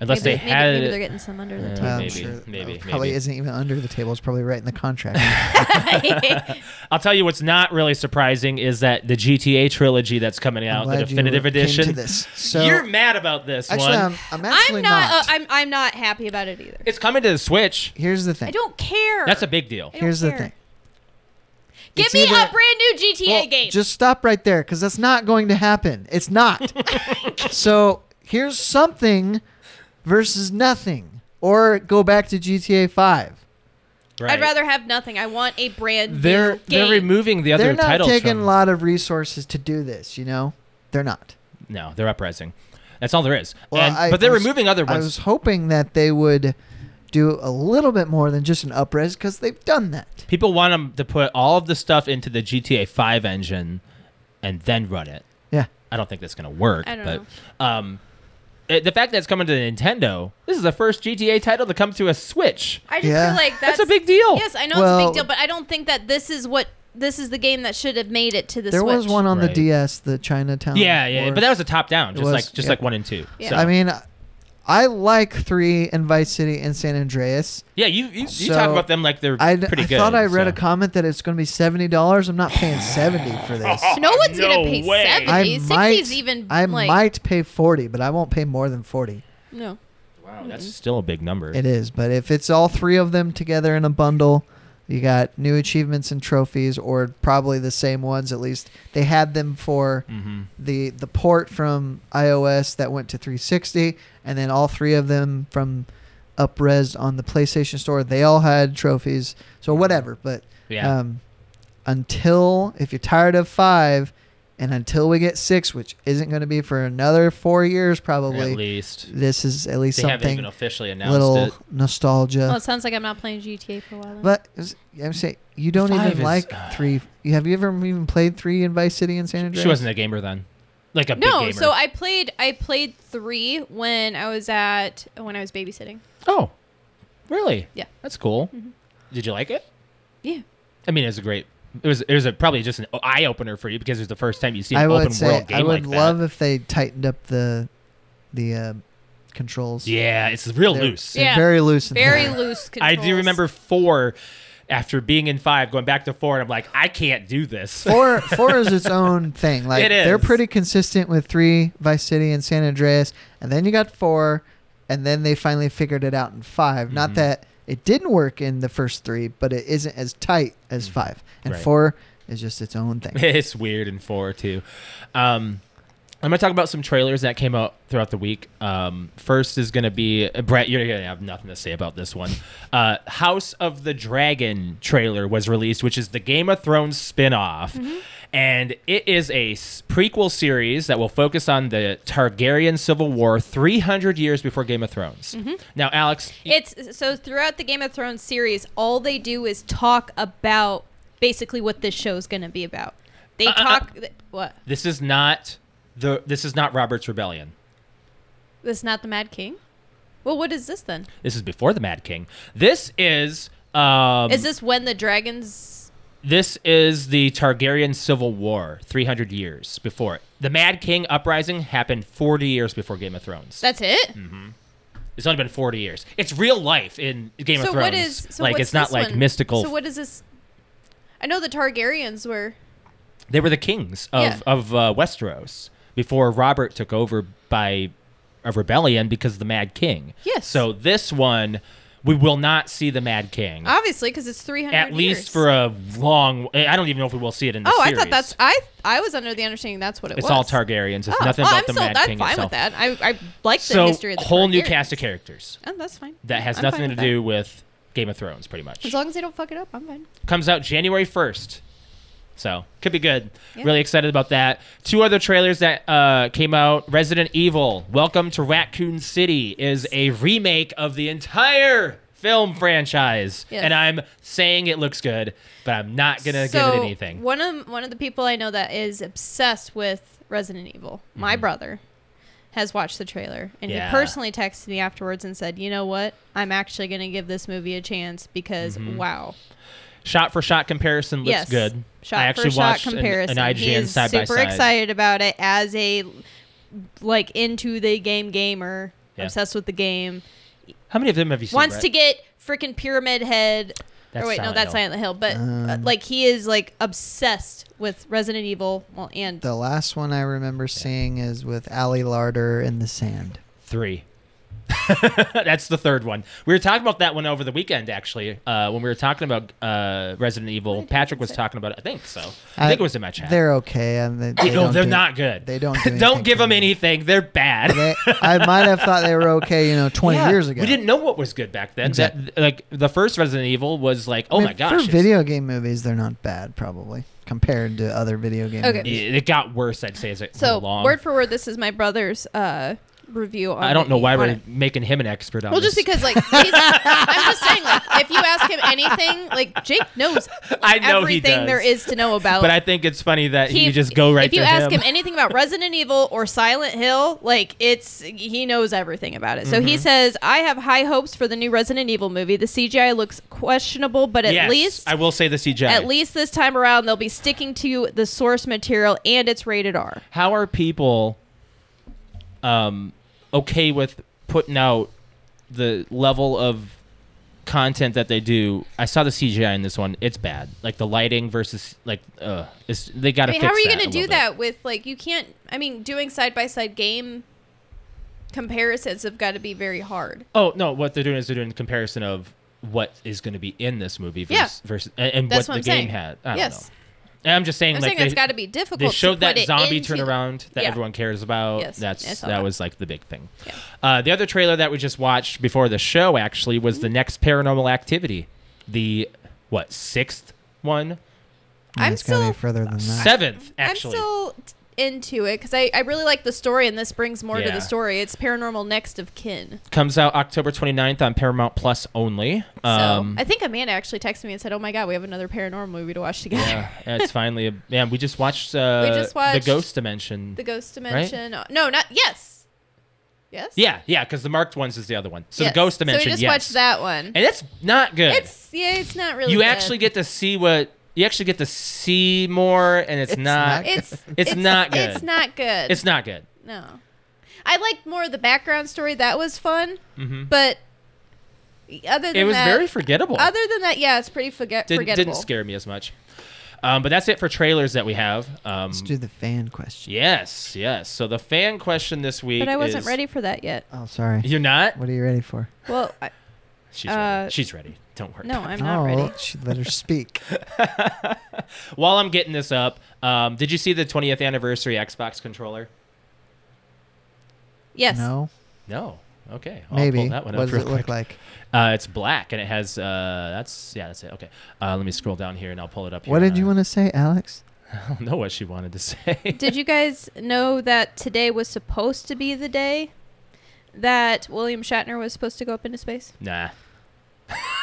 B: Unless
C: maybe,
B: they
C: maybe,
B: had
C: maybe
B: it-
C: they're getting some under the
B: Yeah,
C: table.
A: I'm
B: maybe,
C: *laughs*
A: sure that
B: maybe,
A: probably
B: maybe.
A: isn't even under the table. It's probably right in
B: *laughs*
A: the contract.
B: I'll tell you what's not really surprising is that the GTA trilogy that's coming
A: I'm
B: out, the
A: glad you
B: definitive
A: came to
B: edition.
A: this. So-
B: You're mad about this
A: actually, um,
B: one.
A: I'm, I'm actually
C: I'm not.
A: not.
C: uh, I'm, I'm not happy about it either.
B: it's coming to the Switch.
A: Here's the thing.
C: I don't care.
B: That's a big deal.
C: I don't
A: Here's the
C: care.
A: thing.
C: Give
A: It's
C: me
A: either-
C: a brand new GTA
A: Well,
C: game.
A: Just stop right there because that's not going to happen.
C: *laughs*
A: It's not. so here's something versus nothing, or go back to GTA 5.
B: Right.
C: I'd rather have nothing. I want a brand
B: They're
C: new game.
B: they're removing the other
A: They're not
B: titles.
A: taking
B: from-
A: a lot of resources to do this, you know? They're not.
B: no, they're uprising. That's all there is.
A: Well,
B: And-
A: I-
B: but they're
A: I was-
B: removing other
A: I
B: ones.
A: was hoping that they would do a little bit more than just an upres because they've done that.
B: People want them to put all of the stuff into the GTA 5 engine and then run it.
A: Yeah.
B: I don't think that's going to work.
C: I don't
B: but um, it- the fact that it's coming to Nintendo, this is the first GTA title to come to a Switch.
C: I just
A: Yeah.
C: feel like that's,
B: That's, a big deal.
C: Yes, I know it's a
A: Well-
C: big deal, but I don't think that this is what this is the game that should have made it to the
A: there
C: Switch.
A: was one on the
B: Right.
A: DS, the Chinatown.
B: Yeah, yeah,
A: War.
B: but that was a top down,
A: Um, It
B: just
A: was-
B: like just
A: yeah.
B: like one and two.
C: Yeah.
B: So-
A: I mean, I like 3 and Vice City and San Andreas.
B: yeah, you you, you
A: So,
B: talk about them like they're
A: I,
B: pretty
A: I
B: good.
A: thought I read
B: so.
A: a comment that it's going to be seventy dollars. I'm not paying seventy
B: *laughs*
A: for this.
C: No one's
B: No
C: gonna pay
B: way.
C: seventy.
A: I might,
C: Sixty's even
A: I
C: like
A: might uh, pay forty, but I won't pay more than forty.
C: no.
B: Wow, that's still a big number.
A: It is, but if it's all three of them together in a bundle, you got new achievements and trophies, or probably the same ones. At least they had them for
B: Mm-hmm.
A: the the port from iOS that went to 360, and then all three of them from Upres on the PlayStation Store. They all had trophies, so whatever. But
B: Yeah.
A: Um, until if you're tired of five, and until we get six, which isn't going to be for another four years
B: at
A: probably.
B: least
A: This is at least
B: they haven't even
A: something
B: officially announced
A: little
B: it.
C: Well,
A: nostalgia.
C: it sounds like I'm not playing GTA for a while.
A: But I'm saying you don't
B: Five
A: even
B: is- uh,
A: like three. You have you ever even played three in Vice City and San Andreas?
B: She wasn't a gamer then, like a big
C: no,
B: gamer.
C: so I played I played three when I was at when I was babysitting.
B: oh, really?
C: Yeah. Mm-hmm.
B: that's cool. Did you like it?
C: Yeah.
B: I mean, it was a great. It was it was a, probably just an eye opener for you because it was the first time you see an
A: I
B: open
A: would say
B: world game
A: I would
B: like
A: love
B: that.
A: if they tightened up the the uh, controls.
B: Yeah, it's real
A: They're-
B: loose.
A: they're
C: Yeah.
A: Very loose. in *laughs*
C: Very
A: there.
C: loose controls.
B: I do remember four after being in five, going back to four, and I'm like, I can't do this.
A: Four, four is
C: *laughs*
A: its own thing. Like
B: It
A: they're
B: is.
A: pretty consistent with three, Vice City and San Andreas, and then you got four, and then they finally figured it out in 5
B: Mm-hmm.
A: Not that it didn't work in the first three, but it isn't as tight as five.
B: Mm-hmm.
A: And
B: Right.
A: four is just its own thing.
B: *laughs* it's weird in four too. Um, I'm gonna talk about some trailers that came out throughout the week. Um, first is gonna be uh, Brett. You're gonna have nothing to say about this one. Uh, House of the Dragon trailer was released, which is the Game of Thrones spinoff, and it is a s- prequel series that will focus on the Targaryen Civil War 300 years before Game of Thrones. Now, Alex,
C: It's so throughout the Game of Thrones series, all they do is talk about basically what this show's going to be about. They
B: uh,
C: talk th- what?
B: this is not the this is not Robert's Rebellion.
C: This is not the Mad King. Well, what is this then?
B: This is before the Mad King. This is um,
C: is this when the dragons?
B: This is the Targaryen Civil War, 300 years before it. The Mad King uprising happened 40 years before Game of Thrones.
C: That's it.
B: it's only been 40 years. It's real life in Game of
C: so
B: Thrones.
C: what is? So
B: like
C: what's
B: it's not
C: this
B: like
C: one?
B: mystical.
C: So what is this? I know the Targaryens were.
B: they were the kings of
C: Yeah.
B: of uh, Westeros before Robert took over by a rebellion because of the Mad King.
C: Yes.
B: So this one, we will not see the Mad King.
C: Obviously, because it's three hundred.
B: at least for a long. I don't even know if we will see it in the
C: Oh, I
B: series.
C: thought that's I. I was under the understanding that's what it
B: It's
C: was.
B: all Targaryens. It's
C: Oh,
B: nothing
C: oh,
B: about
C: I'm
B: the
C: still,
B: Mad
C: I'm
B: King
C: fine
B: itself.
C: with that. I, I like the
B: so
C: history of the
B: whole new
C: Targaryens.
B: cast of characters
C: Oh, that's fine.
B: that has
C: I'm
B: nothing
C: fine
B: to
C: with
B: do with Game of Thrones, pretty
C: that. As
B: much.
C: long as they don't fuck it up, I'm fine.
B: Comes out January first, so could be good.
C: Yeah.
B: Really excited about that. Two other trailers that uh, came out: Resident Evil: Welcome to Raccoon City is a remake of the entire film franchise,
C: Yes.
B: and I'm saying it looks good, but I'm not gonna give it anything.
C: One of one of the people I know that is obsessed with Resident Evil, my brother, has watched the trailer and
B: Mm-hmm. Yeah.
C: he personally texted me afterwards and said, "You know what? I'm actually going to give this movie a chance because wow,
B: Shot for shot comparison Mm-hmm. looks
C: yes,
B: good.
C: Shot
B: I
C: for
B: actually
C: shot
B: watched an-
C: comparison.
B: an,
C: he
B: IGN
C: is
B: side by
C: super
B: side.
C: excited about it as a like into the game gamer,
B: Yeah.
C: obsessed with the game.
B: How many of them have you seen?
C: wants
B: Brett?
C: to get freaking Pyramid Head.
B: That's
C: or wait,
B: Silent
C: no, that's
B: Hill.
C: Silent Hill. But uh,
A: Um,
C: like he is like obsessed with Resident Evil. Well, and
A: The last one I remember seeing is with Ali Larder in the sand.
B: Three. *laughs* That's the third one. We were talking about that one over the weekend, actually. Uh, when we were talking about uh, Resident Evil,
C: did
B: Patrick
C: you
B: was
C: say?
B: talking about it. I think so. I,
A: I-
B: think it was in my chat.
A: They're okay. And they, they
B: no,
A: don't
B: they're
A: do-
B: not good.
A: They don't
B: *laughs*
A: do
B: don't
A: anything
B: give
A: for
B: them
A: me.
B: anything. They're bad.
A: They, I might have thought they were
B: *laughs*
A: okay, you know, 20
B: Yeah,
A: years ago.
B: we didn't know what was good back then. That- like the first Resident Evil was like, oh
A: I mean,
B: my gosh,
A: For
B: it's-
A: video game movies, they're not bad, probably, compared to other video game
C: Okay.
A: movies.
B: it, it got worse. I'd say as it
C: so
B: went along.
C: word for word, this is my brother's uh, review. On
B: I don't know
C: the-
B: why
C: on
B: we're
C: it.
B: making him an expert on.
C: Well, just
B: this.
C: because like he's, *laughs* I'm just saying, like if you ask him anything, like Jake knows
B: *laughs* I know he
C: everything
B: does.
C: there is
B: *laughs*
C: to know about.
B: But I think it's funny that you just go right
C: If you
B: to
C: ask him.
B: him.
C: anything about Resident Evil or Silent Hill, like it's he knows everything about it. So he
B: Mm-hmm.
C: says, "I have high hopes for the new Resident Evil movie. The CGI looks questionable, but at
B: Yes,
C: least
B: I will say E the CGI.
C: at least this time around they'll be sticking to the source material and it's rated R."
B: how are people um okay with putting out the level of content that they do i saw the cgi in this one it's bad like the lighting versus like uh it's, they
C: I
B: gotta
C: mean,
B: fix
C: how are you
B: that
C: going to
B: a
C: do
B: little bit.
C: that with like you can't? I mean, doing side by side game comparisons have got to be very hard.
B: oh no what they're doing is they're doing a comparison of what is going to be in this movie
C: Yeah.
B: versus, versus and, and
C: That's
B: what,
C: what
B: the
C: I'm
B: game
C: saying.
B: had i
C: Yes.
B: don't know And i'm just saying
C: I'm
B: like
C: saying
B: they,
C: it's got to be difficult.
B: they
C: to
B: showed that
C: put it
B: zombie
C: into-
B: turnaround that
C: Yeah.
B: everyone cares about.
C: Yes, I
B: That's
C: saw
B: that,
C: that.
B: was like the big thing.
C: Yeah.
B: Uh, the other trailer that we just watched before the show actually was
C: Mm-hmm.
B: the next Paranormal Activity, the what sixth one,
A: Yeah,
C: I'm
A: it's gotta
C: still-
A: be further than that.
B: seventh actually.
C: I'm still t- into it because I, I really like the story, and this brings more to
B: Yeah.
C: the story. It's paranormal next of kin.
B: Comes out October 29th on Paramount Plus only.
C: So
B: Um,
C: I think Amanda actually texted me and said, "Oh my god, we have another paranormal movie to watch together."
B: yeah, it's finally a man. We just watched uh,
C: just
B: the
C: watched
B: Ghost Dimension.
C: The Ghost Dimension. uh, No, not yes, yes.
B: yeah, yeah, because the marked ones is the other one. So
C: Yes.
B: the Ghost Dimension.
C: So we just
B: yes.
C: watched that one.
B: and it's not good.
C: it's yeah, it's not really.
B: you
C: good.
B: actually get to see what you actually get to see more and it's,
A: It's
B: not, *laughs*
A: not-
C: It's
B: It's not good.
C: It's not good.
B: it's not good
C: no. I liked more of the background story. That was fun,
B: Mm-hmm.
C: but other than
B: It was
C: that,
B: very forgettable.
C: other than that, yeah, it's pretty forget-
B: Didn't,
C: forgettable.
B: didn't scare me as much. Um, but that's it for trailers that we have. Um,
A: Let's do the fan question.
B: yes, yes. So the fan question this week.
C: But I wasn't
B: is-
C: ready for that yet.
A: Oh, sorry.
B: You're not.
A: What are you ready for?
C: Well, I,
B: She's
C: Uh,
B: ready. She's ready. Don't worry.
C: no,
B: about it.
C: I'm not
A: oh,
C: ready.
A: she- let her speak.
B: While I'm getting this up, um, did you see the 20th anniversary Xbox controller?
C: *laughs* Yes.
A: No,
B: No. Okay. I'll
A: maybe.
B: Pull that one
A: what
B: up
A: does
B: real
A: it
B: quick.
A: look like?
B: Uh, it's black and it has. Uh, that's yeah. That's it. Okay. Uh, let me scroll down here and I'll pull it up. Here
A: What did you
B: want?
A: want to say, Alex?
B: I don't *laughs* know what she wanted to say. *laughs*
C: Did you guys know that today was supposed to be the day that William Shatner was supposed to go up into space?
B: nah.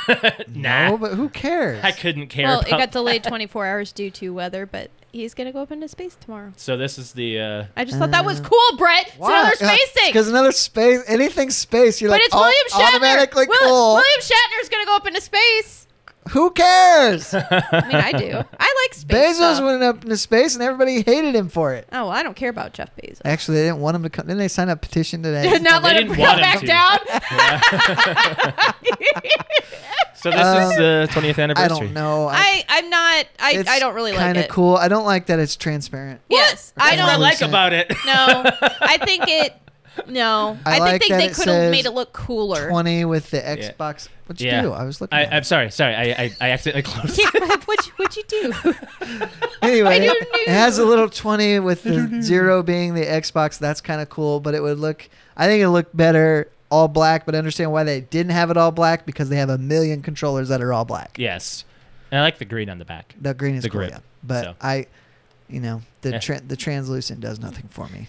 B: *laughs* nah.
A: No, but who cares?
B: I couldn't care.
C: well,
B: about
C: it got delayed 24 hours due to weather, but he's going to go up into space tomorrow.
B: *laughs* So this is the. Uh,
C: I just thought that was
A: Uh,
C: cool, Brett. It's another space thing.
A: Because another space, anything space, you're
C: but
A: like
C: it's
A: au-
C: William Shatner.
A: automatically
C: Will-
A: cool.
C: William Shatner's going to go up into space. *laughs*
A: Who cares?
C: I mean, I do. I like space.
A: Bezos
C: stuff.
A: went up into space and everybody hated him for it.
C: Oh, well, I don't care about Jeff Bezos.
A: Actually, they didn't want him to come. Then they signed a petition today.
C: *laughs* Not
B: They
C: let him
B: didn't
C: go
B: want him
C: back
B: to. *laughs*
C: down.
B: *laughs* so this is the 20th anniversary.
A: I don't know.
C: *laughs* I, I'm not. I, I don't really like
A: Kind
C: it.
A: of cool. I don't like that it's transparent.
C: Yes, I
B: That's
C: don't
B: what I like
A: Listen.
B: about it.
C: No, I think it. No,
A: *laughs* I
C: I,
A: like
C: think
A: that
C: they,
A: it
C: they could have made
A: says
C: it look cooler.
A: 20 with the Xbox. What'd you
B: Yeah.
A: do? I was
B: *laughs*
A: looking.
B: I,
A: at
B: I'm
A: it.
B: sorry. Sorry. I I, I accidentally closed.
C: *laughs*
B: *laughs*
C: Yeah, what would what you do? *laughs*
A: anyway,
C: I
A: it,
C: don't know.
A: it has a little 20 with the zero being the Xbox. That's kind of cool, but it would look. I think it looked better all black, but I understand why they didn't have it all black because they have a million controllers that are all black.
B: Yes. And I like the green on the back.
A: The green is
B: The
A: cool,
B: grip,
A: yeah. But
B: so. I
A: I, you know, the
B: Yeah.
A: tran the translucent does nothing for me.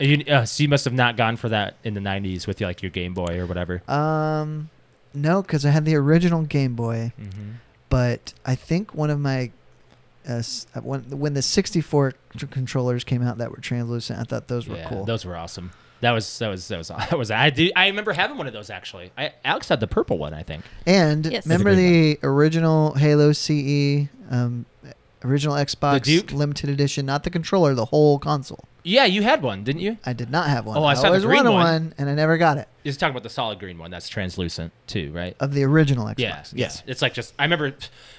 B: You, uh, so you must have not gone for that in the 90s with like your Game Boy or whatever.
A: Um, no, because I had the original Game Boy,
B: Mm-hmm.
A: but I think one of my uh, s- uh, when when the 64 c- controllers came out that were translucent, I thought those were cool.
B: Those were awesome. That was that was *laughs* that was that was I do I remember having one of those actually. I Alex had the purple one I think.
A: and
C: Yes. That's a
A: remember the
B: great
A: original Halo CE, um, original Xbox
B: Duke?
A: limited edition, not the controller, the whole console.
B: Yeah, you had one, didn't you?
A: I did not have one.
B: Oh, I saw the
A: always
B: green
A: wanted
B: one.
A: and I never got it
B: You're talking about the solid green one. That's translucent too, right?
A: of the original Uh, Xbox.
B: Yeah, yes. It's like just I remember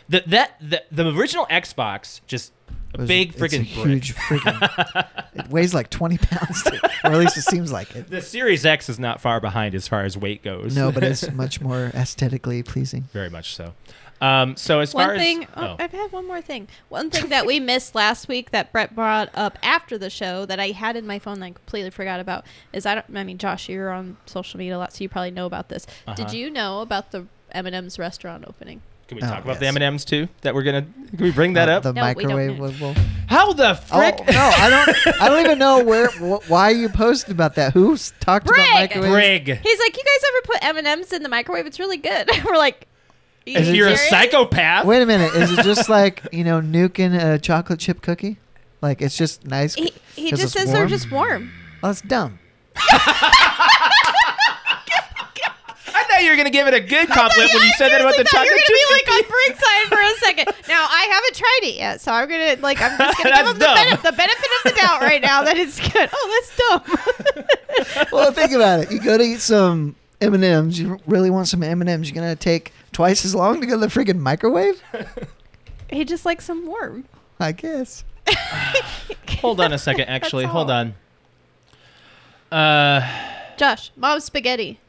B: the that the, the original Xbox just a
A: It was-
B: big
A: it's a
B: freaking
A: huge freaking.
B: *laughs*
A: it weighs like twenty pounds, to, or at least it seems like it.
B: The Series X is not far behind as far as weight goes.
A: No, but it's much more aesthetically pleasing.
B: *laughs* very much so. Um, so as far
C: one
B: as
C: thing.
B: oh,
C: Oh, I've had one more thing. One thing that we missed last week that Brett brought up after the show that I had in my phone that I completely forgot about is I don't. I mean, Josh, you're on social media a lot, so you probably know about this. Did
B: Uh-huh.
C: you know about the M&M's restaurant opening?
B: can we
A: oh,
B: talk about
A: yes.
B: the M and M's too? That we're gonna can we bring that
A: Uh,
B: up?
A: The
C: No, we don't
A: microwave.
C: know.
A: will-
B: How the
A: Oh
B: frick?
A: no,
B: *laughs*
A: I don't. I don't even know where wh- why you posted about that. Who's talked
C: Brig!
A: about microwave?
B: Brig.
C: He's like, you guys ever put M&M's in the microwave? It's really good. *laughs* We're like, "You
B: If you're a
C: serious?"
B: psychopath,
A: Wait a minute. Is it just like you know nuking a chocolate chip cookie? Like it's just nice.
C: He, he
A: 'cause
C: just
A: it's
C: says they're
A: warm?
C: just warm.
A: Oh, that's dumb.
B: *laughs* I thought you were gonna give it a
C: *laughs*
B: good compliment Uh, when you said that about the
C: You're
B: chocolate
C: gonna
B: chip
C: be like
B: cookie.
C: on Brink's side for a second. Now I haven't tried it yet, so I'm gonna like I'm just gonna
B: *laughs*
C: give
B: That's
C: him the,
B: dumb.
C: bene- the benefit of the doubt right now that it's good. Oh, that's dumb. *laughs*
A: Well, think about it. You go to eat some M and M's. You really want some M and M's? You're gonna take twice as long to go to the friggin' microwave?
C: he just likes some warm. *laughs*
A: I guess.
B: Hold on a second. Actually,
C: That's
B: hold
C: all.
B: on. Uh,
C: Josh, mom's spaghetti.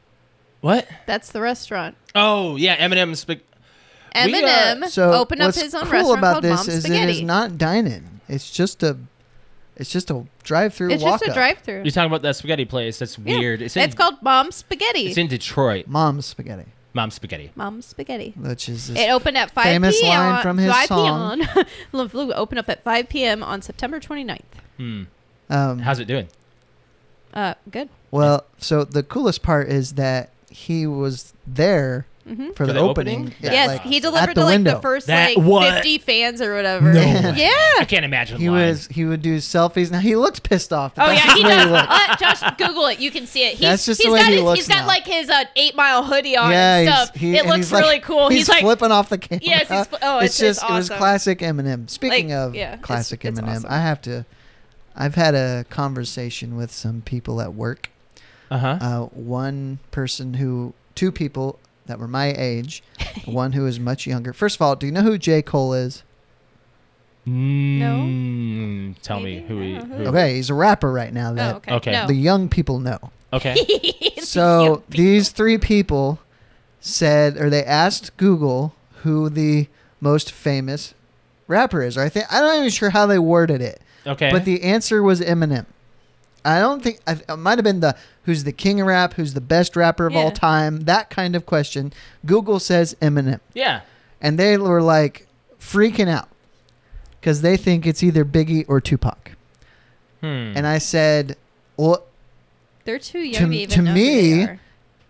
B: what?
C: That's the restaurant.
B: Oh yeah, M and M's. We are-
C: Eminem
A: uh, So
C: opened up
A: what's
C: his own
A: cool
C: restaurant
A: about
C: called
A: this
C: Mom's
A: is
C: Spaghetti.
A: it is not dining. It's just a, it's just a drive-through.
C: It's
A: walk
C: just a drive-through.
B: You're talking about that spaghetti place. That's weird. It's in,
C: it's called Mom's Spaghetti.
B: It's in Detroit.
A: Mom's spaghetti,
B: Mom's spaghetti.
C: Mom's Spaghetti.
A: which is this
C: It opened at 5
A: famous
C: p.m.
A: line from his
C: 5
A: song.
C: p.m. Love *laughs* Lou opened up at 5 p.m. on September 29th.
B: Hmm.
A: um,
B: How's it doing?
C: Uh, good.
A: well. So the coolest part is that he was there
C: Mm-hmm.
A: for
B: For
A: the,
B: the
A: opening.
B: opening?
A: Yeah,
C: yes,
A: like,
C: he delivered
A: at
C: to like
A: window.
C: the first
B: That-
C: like
B: what?
C: 50 fans or whatever.
B: No way.
C: *laughs* yeah.
B: I can't imagine.
A: He
B: lying.
A: was he would do selfies. Now he looked pissed off. but
C: Oh
A: that's
C: yeah,
A: just
C: he
A: the way
C: does.
A: looked.
C: Uh, Josh, Google it. You can see it. He's,
A: That's just the
C: he's
A: way
C: got
A: he
C: his,
A: looks
C: He's got
A: now.
C: like his uh, eight mile hoodie on and
A: he's-
C: stuff. it
A: and
C: looks
A: he's like-
C: really cool. He's, like,
A: flipping off the camera.
C: Yes, he's fl- oh, it's- it's
A: just it was
C: awesome.
A: classic Eminem. Speaking
C: Like,
A: of
C: yeah, it's-
A: classic
C: it's
A: Eminem,
C: awesome.
A: I have to. I've had a conversation with some people at work.
B: Uh huh.
A: Uh, one person who, two people that were my
C: *laughs*
A: age, one who is much younger. First of all, do you know who J. Cole is?
B: Mm, Tell me
C: Maybe?
B: who
C: I
B: he.
C: don't know
B: Who,
C: who-
B: okay.
A: Okay, he's a rapper right now. That
C: oh, okay.
B: okay.
C: No.
A: the young people know.
C: *laughs*
A: so these three people said, or they asked Google who the most famous rapper is. Or I think I'm not even sure how they worded it,
B: Okay.
A: but the answer was Eminem. I don't think I, it might have been the who's the king of rap, who's the best rapper of
C: Yeah.
A: all time, that kind of question. Google says Eminem,
B: yeah.
A: and they were like freaking out because they think it's either Biggie or Tupac.
B: Hmm.
A: And I said, well,
C: They're too young
A: To-
C: to, even
A: to
C: know who they
A: me,
C: are.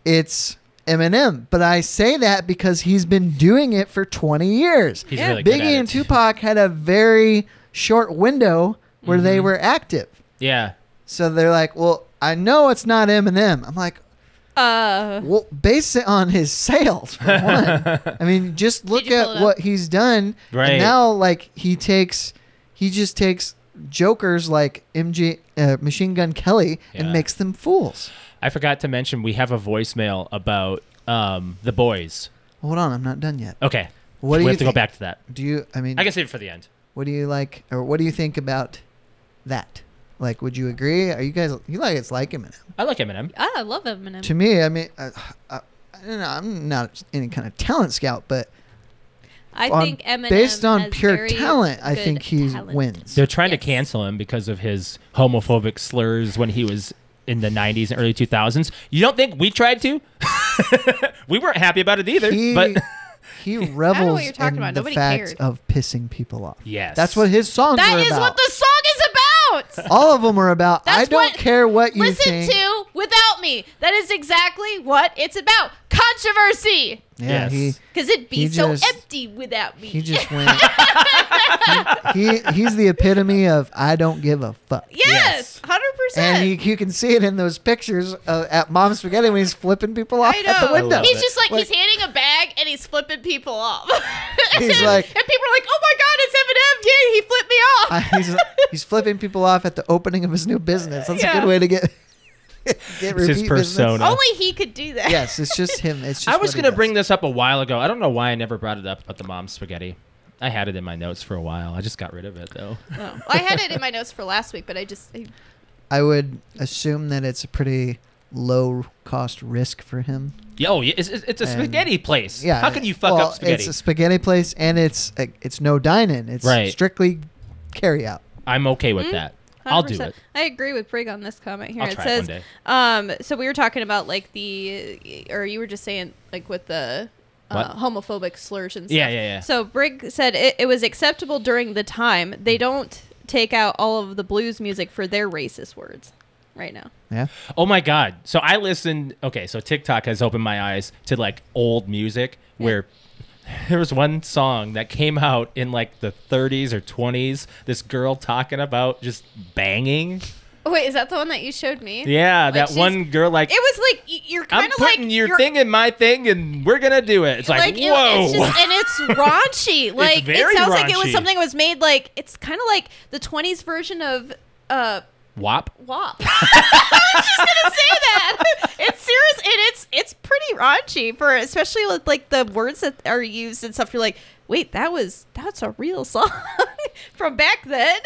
A: it's Eminem. But I say that because he's been doing it for 20 years.
B: He's
C: Yeah.
B: really good at
A: Biggie and
B: it.
A: Tupac had a very short window where
B: Mm-hmm.
A: they were active.
B: Yeah.
A: So they're like, well, I know it's not Eminem. I'm like,
C: Uh,
A: well, base it on his sales, for one.
B: *laughs*
A: I mean, just look
C: you pull it
A: at
C: up?
A: what he's done.
B: Right.
A: And now, like, he takes, he just takes jokers like MG, uh, Machine Gun Kelly
B: Yeah.
A: and makes them fools.
B: I forgot to mention we have a voicemail about um the boys.
A: Hold on, I'm not done yet.
B: Okay.
A: What do
B: we
A: you
B: have to go
A: think-
B: back to that.
A: Do you, I mean,
B: I can save it for the end.
A: What do you like, or what do you think about that? Like, would you agree? Are you guys you like it's like Eminem?
B: I like Eminem.
C: ah, I love Eminem.
A: To me, I mean, uh, uh, I don't know. I'm not any kind of talent scout, but
C: I
A: on-
C: think Eminem
A: based on
C: has
A: pure
C: very
A: talent, I
C: good
A: think he
C: talent.
A: wins.
B: They're trying
C: Yes.
B: to cancel him because of his homophobic slurs when he was in the 90s and early 2000s. You don't think we tried to? *laughs* we weren't happy about it either.
A: He
B: but
A: *laughs* he
C: I don't know what
A: revels
C: you're talking
A: in
C: about.
A: the
C: Nobody
A: fact
C: cared.
A: of pissing people off.
B: yes.
A: That's what his songs
C: That
A: are
C: is
A: about.
C: what the song is about.
A: *laughs* All of them are about. I
C: That's
A: don't
C: what-
A: care what you
C: Listen
A: think.
C: to Without Me. That is exactly what it's about. Controversy.
A: yeah,
B: Yes.
A: he
C: Because it'd be
A: He
C: so
A: just-
C: empty without me.
A: he just went. he, he- he's the epitome of I don't give a fuck.
C: *laughs* yes,
B: Yes.
C: 100%.
A: And you, you can see it in those pictures uh, at Mom Spaghetti when he's flipping people off
C: I know.
A: at the window.
C: He's
B: it.
C: just like, he's
A: Like-
C: handing a bag and he's flipping people off. *laughs*
A: He's
C: and,
A: like-
C: and people are like, oh my god, it's Eminem! Yeah, he flipped me off.
A: Uh,
C: *laughs*
A: he's, he's flipping people off at the opening of his new business. That's a
C: Yeah.
A: good way to get get
B: It's his
A: repeat
B: persona.
A: Business.
C: Only he could do that.
A: Yes, it's just him. It's just
B: Oh. I was
A: going
B: going to bring this up a while ago. I don't know why I never brought it up about the mom spaghetti. I had it in my notes for a while. I just got rid of it though.
C: *laughs* Oh. I had it in my notes for last week, but I just I,
A: I would assume that it's a pretty low cost risk for him.
B: Yo, it's, it's it's a
A: And-
B: spaghetti place.
A: Yeah.
B: How can you fuck
A: well,
B: up spaghetti?
A: It's a spaghetti place, and it's uh, it's no dining. It's
B: Right.
A: strictly carry out.
B: I'm okay with
C: Mm,
B: that. I'll do
C: 100%.
B: it.
C: I agree with Brig on this comment here.
B: I'll
C: it
B: try
C: says,
B: it one day.
C: um, so we were talking about like the, or you were just saying like with the uh,
B: What?
C: homophobic slurs and stuff.
B: Yeah, yeah, yeah.
C: So Brig said it, it was acceptable during the time.
B: Hmm.
C: They don't take out all of the blues music for their racist words right now.
A: Yeah.
B: Oh my god. So I listened okay, so TikTok has opened my eyes to like old music where *laughs* there was one song that came out in like the 30s or 20s. This girl talking about just banging.
C: Oh, wait, is that the one that you showed me?
B: Yeah,
C: Like
B: that
C: she's-
B: one girl like
C: It was like y- you're
B: I'm
C: kind of like
B: putting your
C: you're-
B: thing in my thing and we're gonna do it. It's like,
C: like, it-
B: whoa.
C: it's just and it's raunchy. Like
B: very
C: it sounds like it was
B: raunchy.
C: something that was made like it's kind of like the 20s version of uh
B: *laughs* Wop.
C: WAP. *laughs* I was just gonna say that. It's serious and it's it's pretty raunchy for especially with like the words that are used and stuff. You're like, wait, that was that's a real song *laughs* from back then.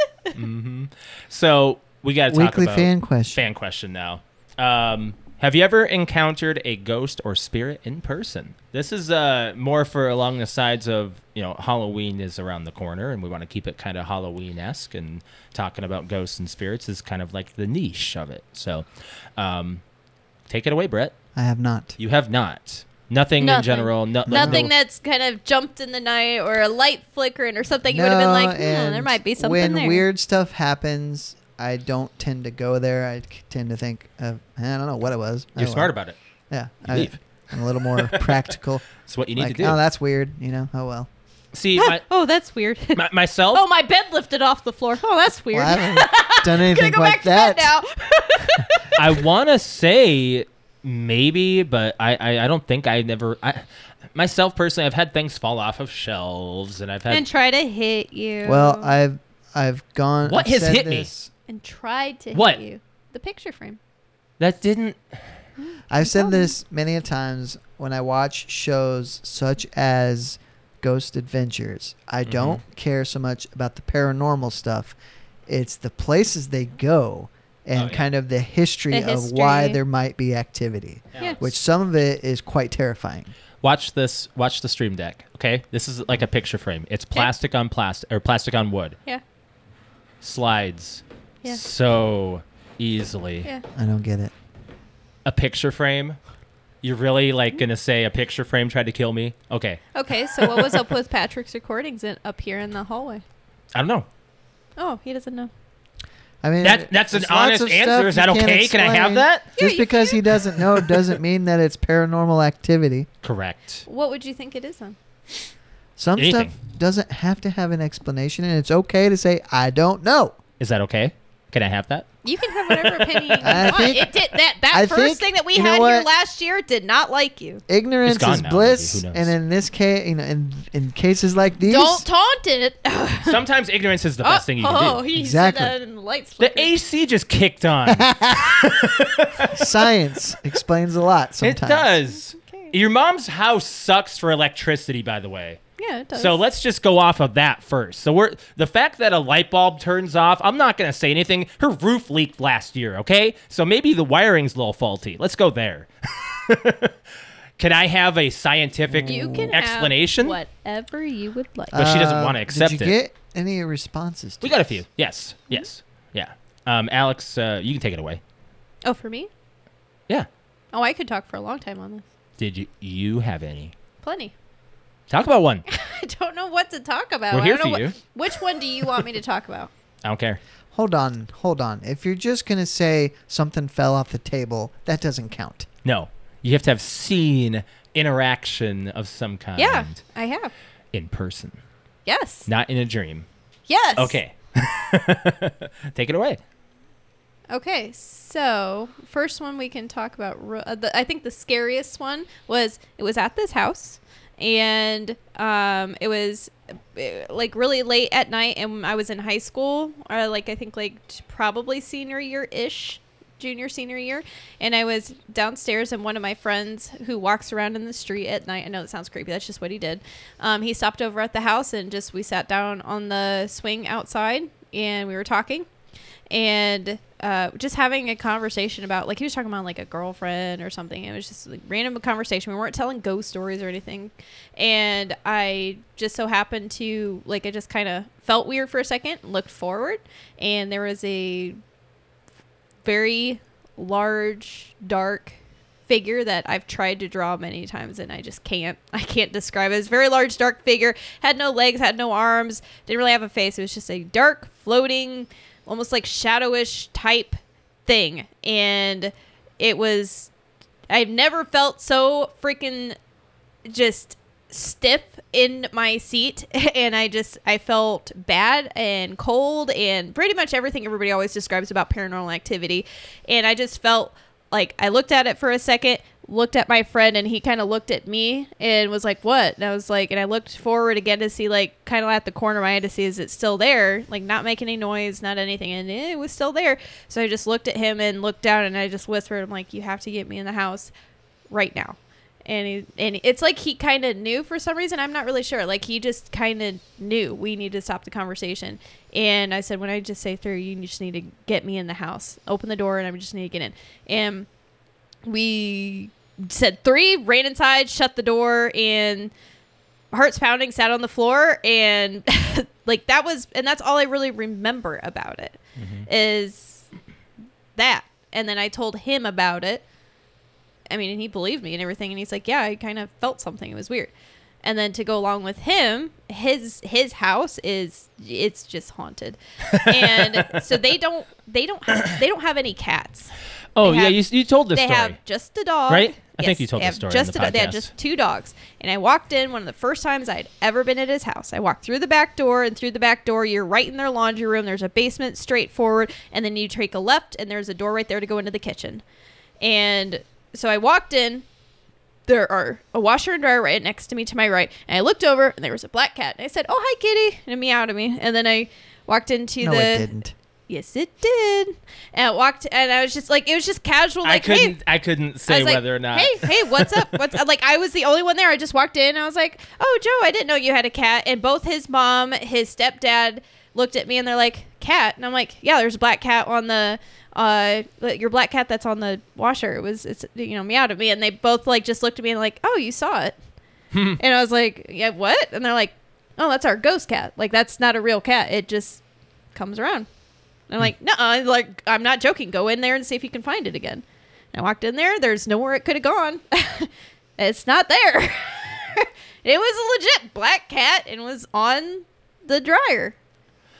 B: So we gotta talk
A: Weekly
B: about
A: fan question.
B: fan question now. Um, have you ever encountered a ghost or spirit in person? This is uh, more for along the sides of you know Halloween is around the corner, and we want to keep it kind of Halloween esque, and talking about ghosts and spirits is kind of like the niche of it. So, um, take it away, Brett.
A: I have not.
B: You have not nothing, in
C: Nothing.
B: general. No,
C: Nothing
B: no-
C: that's kind of jumped in the night or a light flickering or something. You would have been like, hmm,
A: and
C: there might be something
A: when
C: there. *laughs*
A: weird stuff happens, I don't tend to go there. I c- tend to think, of, eh, I don't know what it was. Oh,
B: You're
C: Oh,
B: smart about it.
A: Yeah,
B: You
A: I,
B: leave.
A: I'm a
B: *laughs*
A: little more practical.
B: It's what you need
A: like,
B: to do.
A: oh, that's weird. You know, oh well.
B: See, my,
C: oh, that's weird.
B: my, myself.
C: oh, my bed lifted off the floor. Oh, that's weird.
A: Well,
C: *laughs*
A: I haven't done
C: Gonna
A: anything
C: go back
A: like
C: to
A: that.
C: bed now.
B: I want to say maybe, but I, I, I don't think I never. I, myself personally, I've had things fall off of
A: *laughs*
B: shelves, and I've had
C: and try to hit you.
A: Well, I've I've gone.
B: What
A: I've
B: has
A: said
B: hit me?
A: this
C: and tried to
B: What?
C: hit you. The picture frame.
B: That didn't.
A: I've said
C: Tell me.
A: this many a times when I watch shows such as Ghost Adventures.
B: Mm-hmm.
A: I don't care so much about the paranormal stuff. It's the places they go and
B: Oh, yeah.
A: kind of the history,
C: The
A: of why
C: history.
A: there might be activity,
C: Yeah.
A: which some of it is quite terrifying.
B: Watch this. Watch the stream deck. Okay, this is like a picture frame. It's plastic on plastic or plastic on wood.
C: Yeah.
B: Slides
C: Yeah.
B: so easily.
C: Yeah.
A: I don't get it.
B: A picture frame. You're really like gonna say a picture frame tried to kill me? Okay,
C: Okay, so what was up with Patrick's recordings in, up here in the hallway?
B: I don't know.
C: Oh, he doesn't know.
A: I mean,
B: That- that's an
A: there's lots
B: honest
A: of stuff
B: answer. Is
A: you
B: that
A: can't
B: okay? Can I have
A: explain.
B: that?
C: Yeah,
A: Just
C: you
A: because he doesn't know
C: *laughs*
A: doesn't mean that it's paranormal activity.
B: Correct.
C: What would you think it is then?
A: Some
B: Anything.
A: stuff doesn't have to have an explanation, and it's okay to say I don't know.
B: Is that okay? Can I have
C: *laughs*
B: that?
C: You can have whatever
A: *laughs*
C: opinion you
A: I
C: want.
A: think-
C: it did that that
A: I
C: first
A: think-
C: thing that we
A: you know
C: had here
A: what?
C: last year did not like you.
A: Ignorance
B: It's gone
A: is
B: now,
A: bliss,
B: maybe. Who knows?
A: and in this case, you know, in in cases like these,
C: Don't taunt it. *laughs*
B: Sometimes ignorance is the best thing you can
C: oh,
B: do.
C: he
A: Exactly.
C: said that and the lights
B: The
C: flickered.
B: AC just kicked on.
A: *laughs* science explains a
B: *laughs*
A: lot.
B: it
A: Sometimes
B: does.
C: Okay.
B: Your mom's house sucks for electricity, by the way.
C: Yeah, it does.
B: So let's just go off of that first. So we're the fact that a light bulb turns off. I'm not gonna say anything. Her roof leaked last year, okay? So maybe the wiring's a little faulty. Let's go there. *laughs* can I have a scientific
C: you can
B: explanation?
C: have whatever you would like.
B: But she doesn't
A: Uh,
B: wanna accept
A: Did you
B: it.
A: get any responses? To
B: We got a
A: this?
B: few. Yes. Yes. Yeah. Um, Alex, uh, you can take it away.
C: oh, for me?
B: Yeah.
C: Oh, I could talk for a long time on this.
B: Did you you have any?
C: Plenty. *laughs*
B: Talk about one.
C: I don't know what to talk about.
B: We're
C: I
B: here
C: don't know
B: for
C: what- *laughs* Which one do you want me to talk
B: *laughs*
C: about?
B: I don't care.
A: Hold on, hold on. If you're just gonna say something fell off the table, that doesn't count.
B: No. You have to have seen interaction of some kind
C: yeah, I have.
B: in person,
C: Yes.
B: not in a dream.
C: Yes.
B: Okay. *laughs* Take it away.
C: Okay, so first one we can talk about. ro- Uh, the, I think the scariest one was it was at this house, and um, it was uh, like really late at night, and I was in high school, or like I think like t- probably senior year ish, junior senior year, and I was downstairs, and one of my friends who walks around in the street at night. I know that sounds creepy. That's just what he did. Um, he stopped over at the house, and just we sat down on the swing outside, and we were talking and uh, just having a conversation about like he was talking about like a girlfriend or something. It was just like random conversation. We weren't telling ghost stories or anything, and I just so happened to like I just kind of felt weird for a second, looked forward, and there was a very large, dark figure that I've tried to draw many times and I just can't. *laughs* I can't describe it. It's a very large, dark figure. Had no legs, had no arms, didn't really have a face. It was just a dark, floating, almost like shadowish type thing. And it was. I've never felt so freaking just stiff in my seat *laughs* and I just I felt bad and cold and pretty much everything everybody always describes about paranormal activity and I just felt like I looked at it for a second looked at my friend and he kind of looked at me and was like what and I was like and I looked forward again to see like kind of at the corner of my eye to see is it still there like not making any noise not anything and it was still there so I just looked at him and looked down and I just whispered I'm like you have to get me in the house right now and he, and it's like he kind of knew for some reason i'm not really sure like he just kind of knew we need to stop the conversation and i said when i just say through you just need to get me in the house open the door and i just need to get in and we said three ran inside shut the door and hearts pounding sat on the floor and *laughs* like that was and that's all i really remember about it is that and then i told him about it I mean, and he believed me and everything. And he's like, yeah, I kind of felt something. It was weird. And then to go along with him, his his house is it's just haunted, and so they don't they don't have, they don't have any cats.
B: Oh
C: They
B: yeah,
C: have-
B: you, you told this
C: they
B: story.
C: have just a dog,
B: Right? I think you told the
C: they have
B: story on
C: Just
B: the
C: a dog. They had
B: podcast.
C: just two dogs, and I walked in one of the first times I'd ever been at his house. I walked through the back door, and through the back door, you're right in their laundry room. There's a basement straight forward, and then you take a left, and there's a door right there to go into the kitchen. And so I walked in. There are a washer and dryer right next to me to my right, and I looked over, and there was a black cat, and I said, "Oh hi, kitty," and it meowed at me, and then I walked into
A: No,
C: the
A: it didn't.
C: Yes, it did. And I walked, and I was just like, it was just casual.
B: I
C: Like, hey,
B: couldn't. I couldn't
C: I
B: say
C: was like,
B: whether or not.
C: Hey, hey, what's up? What's up? like? I was the only one there. I just walked in. I was like, oh, Joe, I didn't know you had a cat. And both his mom, his stepdad looked at me and they're like, cat. And I'm like, yeah, there's a black cat on the uh like, your black cat that's on the washer. It was it's you know meowed at me. And they both like just looked at me and like, oh, you
B: *laughs*
C: saw it.
B: Hmm.
C: And I was like, yeah, what? And they're like, oh, that's our ghost cat. Like that's not a real cat. It just comes around.
B: Hmm.
C: And I'm like, no, like I'm not joking. Go in there and see if you can find it again. And I walked in there. There's nowhere it could have gone. *laughs* it's not there. *laughs* it was a legit black cat and was on the dryer,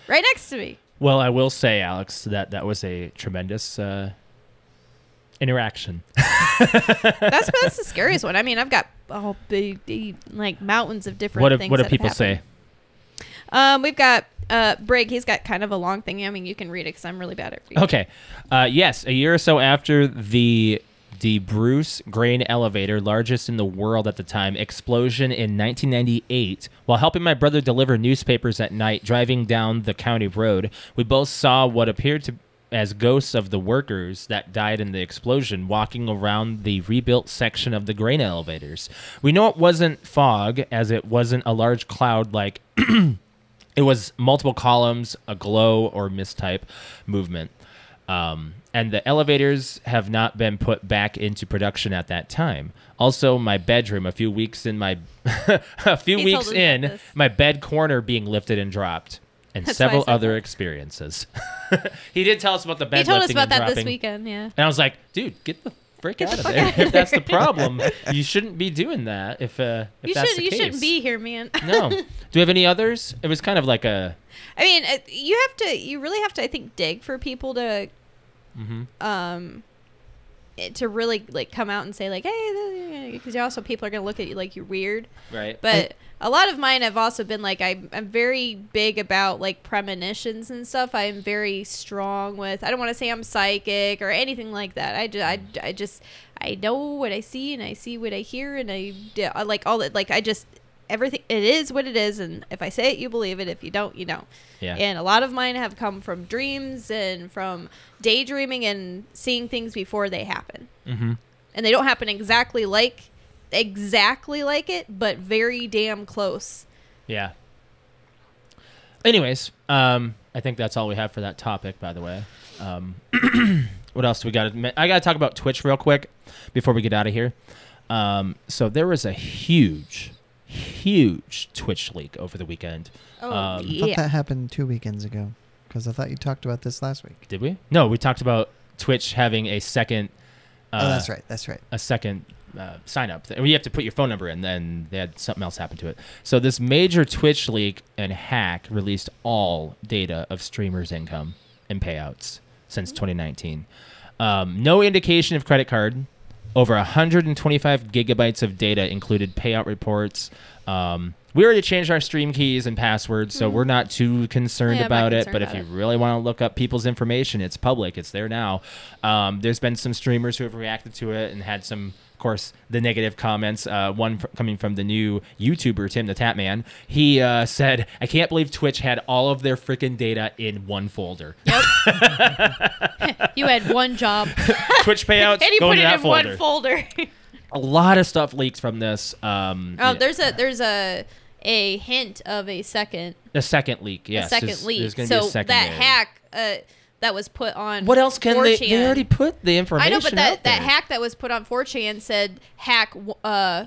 C: right next to me.
B: Well, I will say, Alex, that that was a tremendous uh, interaction.
C: That's *laughs* that's the scariest one. I mean, I've got all the, the like mountains of different.
B: What do,
C: things
B: what do
C: that have
B: people
C: happened.
B: say?
C: Um, we've got uh, Brig. He's got kind of a long thing. I mean, you can read it because I'm really bad at reading.
B: Okay. Uh, yes, a year or so after the the Bruce grain elevator, largest in the world at the time, explosion in 1998. While helping my brother deliver newspapers at night, driving down the county road, we both saw what appeared to as ghosts of the workers that died in the explosion walking around the rebuilt section of the grain elevators. We know it wasn't fog, as it wasn't a large cloud like it was multiple columns, a glow or mistype movement. Um, and the elevators have not been put back into production at that time. Also, my bedroom, a few weeks in my, *laughs* a few
C: He told
B: weeks
C: us about
B: in,
C: this.
B: my bed corner being lifted and dropped, and
C: That's why I
B: several
C: said
B: other
C: that.
B: experiences. *laughs* he did tell us about the bed.
C: He told us
B: lifting
C: about
B: and
C: that this
B: dropping.
C: weekend. Yeah.
B: And I was like, dude, get the frick
C: Get
B: out
C: the
B: of
C: fuck
B: there.
C: out of
B: if that's the
C: there." *laughs*
B: problem, you shouldn't be doing that. If uh, if
C: You
B: that's
C: should.
B: the
C: You
B: case.
C: shouldn't be here, man. *laughs*
B: no. Do we have any others? It was kind of like a
C: I mean, uh, you have to. You really have to. I think dig for people to,
B: Mm-hmm.
C: um, it- to really like come out and say like, hey, because also people are gonna look at you like you're weird.
B: right.
C: But a lot of mine have also been like I'm, I'm very big about like premonitions and stuff. I'm very strong with. I don't want to say I'm psychic or anything like that. I just, I, I just I know what I see and I see what I hear and I, d- I like all that. Like I just everything. It is what it is, and if I say it, you believe it. If you don't, you don't.
B: yeah.
C: And a lot of mine have come from dreams and from daydreaming and seeing things before they happen.
B: Mhm.
C: And they don't happen exactly like exactly like it, but very damn close.
B: Yeah. Anyways, um, I think that's all we have for that topic. By the way, um, *clears throat* what else do we got? I got to talk about Twitch real quick before we get out of here. Um, so there was a huge, huge Twitch leak over the weekend.
C: Oh
B: Um,
A: I thought
C: yeah.
A: that happened two weekends ago because I thought you talked about this last week.
B: Did we? No, we talked about Twitch having a second. Uh,
A: oh, that's right. That's right.
B: a second uh, sign up. Well, You have to put your phone number in, then they had something else happen to it. So this major Twitch leak and hack released all data of streamers' income and payouts since 2019. Um, no indication of credit card. Over 125 gigabytes of data included payout reports. Um, we already changed our stream keys and passwords, so we're not too concerned
C: Mm-hmm. Yeah, I'm not
B: about it.
C: concerned
B: But if
C: about
B: you
C: it.
B: really want to look up people's information, it's public. It's there now. Um, there's been some streamers who have reacted to it and had some, of course, the negative comments. Uh, one fr- coming from the new YouTuber Tim the Tap Man. He uh, said, "I can't believe Twitch had all of their freaking data in one folder.
C: you
B: *laughs*
C: had one job *laughs*
B: Twitch payouts
C: and you
B: go
C: put
B: to
C: it
B: that
C: in
B: folder.
C: one folder.
B: *laughs* a lot of stuff leaks from this. Um,
C: oh,
B: yeah.
C: there's a there's a a hint of a second
B: a second leak. Yes,
C: a second
B: there's-
C: leak.
B: There's gonna
C: so
B: be a second
C: that
B: there.
C: hack uh, that was put on
B: What else can they? They
C: 4chan.
B: already put the information.
C: I know, but that,
B: out there.
C: that hack that was put on 4chan said hack uh,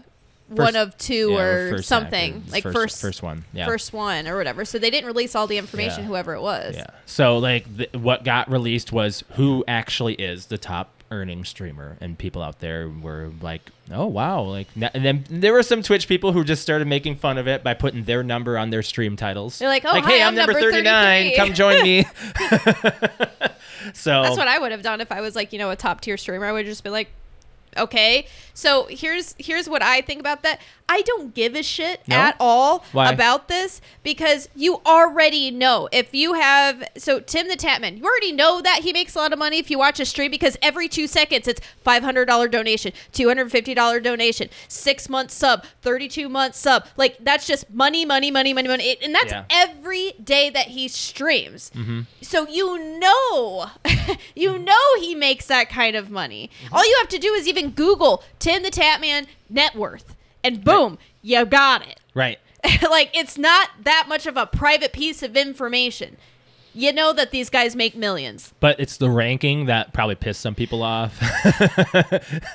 B: First-
C: one of two
B: Yeah,
C: or,
B: first hack,
C: something
B: or
C: like
B: first,
C: first
B: first one. Yeah.
C: first one or whatever. So they didn't release all the information,
B: Yeah.
C: whoever it was.
B: Yeah. So like th- what got released was who actually is the top earning streamer and people out there were like oh wow like na- and then there were some twitch people who just started making fun of it by putting their number on their stream titles
C: They're like, "Oh,
B: like
C: hi,
B: hey
C: I'm
B: i'm, number
C: number
B: 39
C: 33."
B: come join
C: *laughs*
B: me *laughs* so
C: That's what I would have done if I was like, you know, a top tier streamer. I would have just been like, okay. So here's here's what I think about that. I don't give a shit
B: No?
C: at all
B: Why?
C: about this because you already know if you have so Tim the Tatman, you already know that he makes a lot of money if you watch a stream because every two seconds it's five hundred dollar donation, two hundred fifty dollar donation, six month sub, thirty two month sub. Like that's just money, money, money, money, money, It- and that's
B: Yeah.
C: every day that he streams. So you know, *laughs* you know he makes that kind of money. All you have to do is even Google Tim the Tatman net worth, and boom, you got it.
B: Right.
C: *laughs* like it's not that much of a private piece of information. You know that these guys make millions.
B: *laughs* But it's the ranking that probably pissed some people off. *laughs*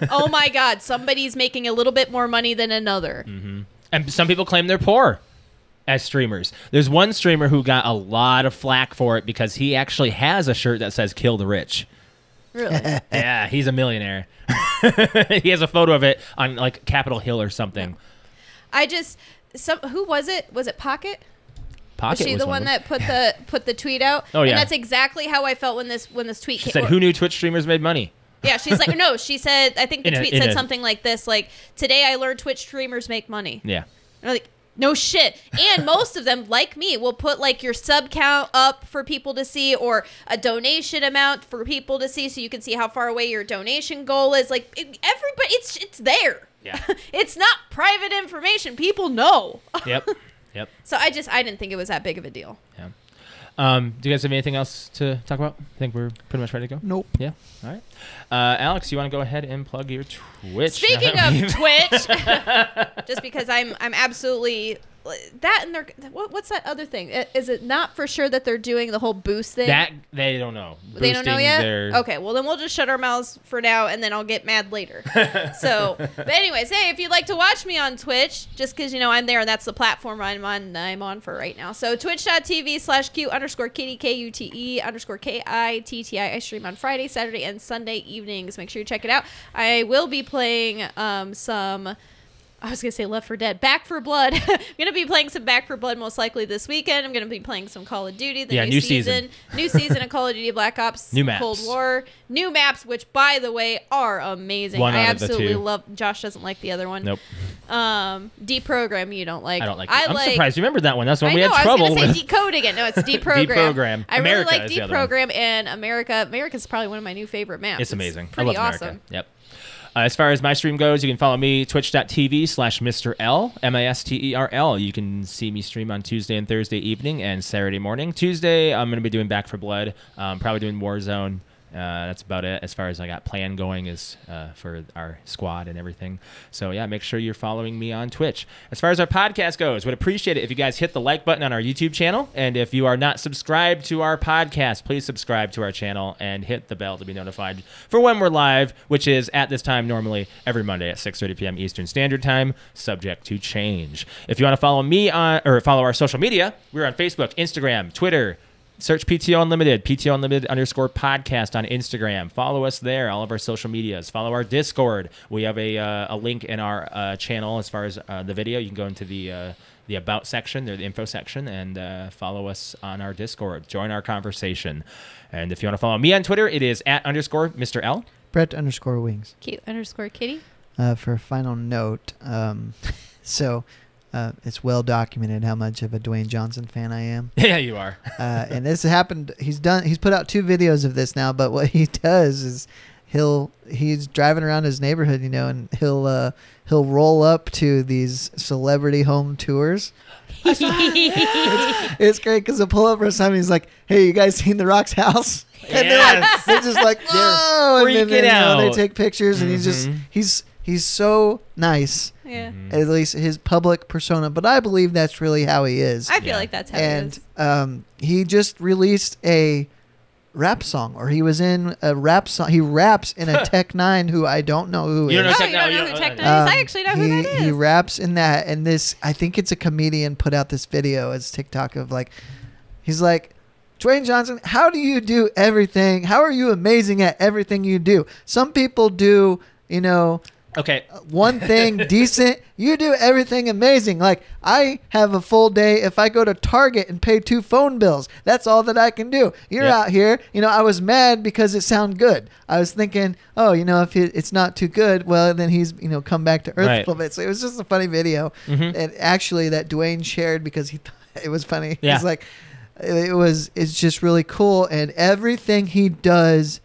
C: oh my God, somebody's making a little bit more money than another.
B: Mm-hmm. and some people claim they're poor as streamers. There's one streamer who got a lot of flack for it because he actually has a shirt that says "Kill the Rich." *laughs*
C: Really?
B: yeah, he's a millionaire. *laughs* he has a photo of it on like Capitol Hill or something.
C: I just some who was it? Was it Pocket?
B: Pocket
C: was she
B: was
C: the
B: one,
C: one
B: of them.
C: that put the put the tweet out?
B: Oh, yeah.
C: And that's exactly how I felt when this when this tweet
B: She
C: came.
B: said,
C: or-
B: "Who knew Twitch streamers made money?"
C: Yeah, she's like, no, she said, I think the
B: In a-
C: tweet
B: in
C: said
B: a-
C: something like this, like, today I learned Twitch streamers make money.
B: Yeah,
C: And I'm like, no shit. And most of them, like me, will put like your sub count up for people to see or a donation amount for people to see so you can see how far away your donation goal is. Like, it, everybody, it's, it's there. *laughs*
B: Yeah.
C: it's not private information. People know.
B: *laughs* yep, yep.
C: So I just, I didn't think it was that big of a deal.
B: Yeah. Um, do you guys have anything else to talk about? I think we're pretty much ready to go.
A: Nope.
B: Yeah. All right. Uh, Alex, you want to go ahead and plug your Twitch? *laughs*
C: Speaking of Twitch, just because I'm I'm absolutely that and they're what, what's that other thing? I- Is it not for sure that they're doing the whole boost thing?
B: that, they don't know.
C: they don't know
B: Boosting
C: yet.
B: their-
C: Okay, well then we'll just shut our mouths for now, and then I'll get
B: *laughs*
C: mad later. so, but anyways, hey, if you'd like to watch me on Twitch, just because you know I'm there and that's the platform I'm on, I'm on for right now. So twitch.tv slash q underscore kitty k u t e underscore k i t t i. I stream on Friday, Saturday, and Sunday evenings. Make sure you check it out. I will be playing um, some. I was gonna say Left for Dead, Back for Blood. *laughs* I'm gonna be playing some Back for Blood most likely this weekend. I'm gonna be playing some Call of Duty, the
B: Yeah,
C: new,
B: new
C: season,
B: season.
C: new season of Call of Duty Black Ops,
B: New maps.
C: Cold War, new maps, which by the way are amazing.
B: One
C: I
B: out of the
C: absolutely
B: two.
C: love. Josh doesn't like the other one.
B: Nope.
C: Um, deprogram you don't like.
B: I don't like.
C: I
B: it. I'm
C: like,
B: surprised you remembered that one. That's when
C: I
B: we
C: know.
B: had
C: I
B: trouble
C: was gonna
B: with.
C: say decode again. No, it's
B: *laughs*
C: deprogram.
B: Deprogram.
C: I really
B: America
C: like
B: is the other one.
C: deprogram and America. America's probably one of my new favorite maps.
B: It's amazing. I
C: pretty
B: love
C: awesome.
B: America. Yep. Uh, as far as my stream goes, you can follow me twitch.tv slash Mr. L, M I S T E R L. You can see me stream on Tuesday and Thursday evening and Saturday morning. Tuesday, I'm going to be doing Back for Blood, um, probably doing Warzone. Uh, that's about it as far as I got plan going is uh, for our squad and everything. So yeah, make sure you're following me on Twitch. As far as our podcast goes, would appreciate it if you guys hit the like button on our YouTube channel, and if you are not subscribed to our podcast, please subscribe to our channel and hit the bell to be notified for when we're live, which is at this time normally every Monday at 6:30 p.m. Eastern Standard Time, subject to change. If you want to follow me on or follow our social media, we're on Facebook, Instagram, Twitter. Search PTO Unlimited, PTO Unlimited underscore podcast on Instagram. Follow us there, all of our social medias. Follow our Discord. We have a, uh, a link in our uh, channel as far as uh, the video. You can go into the uh, the about section, or the info section, and uh, follow us on our Discord. Join our conversation. And if you want to follow me on Twitter, it is at underscore Mr. L.
A: Brett underscore wings.
C: Cute underscore
A: *laughs*
C: kitty.
A: Uh, for a final note, um, *laughs* so uh, it's well documented how much of a Dwayne Johnson fan I am.
B: *laughs* yeah, you are.
A: uh, and this happened. He's done. He's put out two videos of this now. But what he *laughs* does is he'll he's driving around his neighborhood, you know, and he'll uh, he'll roll up to these celebrity home tours. It's great because the pull up or something. He's like, "Hey, you guys seen The Rock's house?" *laughs* And they're like, they're just like, "Whoa!" and then,
B: freaking
A: then, you know, they
B: out.
A: take pictures, and he's just
B: Mhm.
A: he's he's so nice.
C: *laughs* *laughs* yeah,
B: Mm,
A: At least his public persona, but I believe that's really how he is
C: I feel
B: Yeah.
C: like that's how it
A: and
C: is.
A: um, he just released a rap song, or he was in a rap song. He raps in
B: *laughs*
A: a Tech Nine, who I don't know who
B: You don't
C: Oh,
B: know
A: is.
B: Tech
C: you
B: Nine,
C: don't know
B: you
C: who
B: don't-
C: Tech
B: I
C: Nine is? I actually know
A: Um, he,
C: who that is.
A: he raps in that, and this I think it's a comedian put out this video as TikTok of like, he's like. Dwayne Johnson, how do you do everything? How are you amazing at everything you do? Some people do, you know,
B: Okay. *laughs*
A: one thing decent. You do everything amazing. Like I have a full day if I go to Target and pay two phone bills. That's all that I can do. You're
B: Yeah.
A: out here. You know, I was mad because it sounded good. I was thinking, oh, you know, if it, it's not too good, well, then he's you know come back to earth
B: Right.
A: a little bit. So it was just a funny video,
B: Mm-hmm.
A: and actually that Dwayne shared because he *laughs* thought it was funny.
B: Yeah.
A: He's like, it was. It's just really cool, and everything he does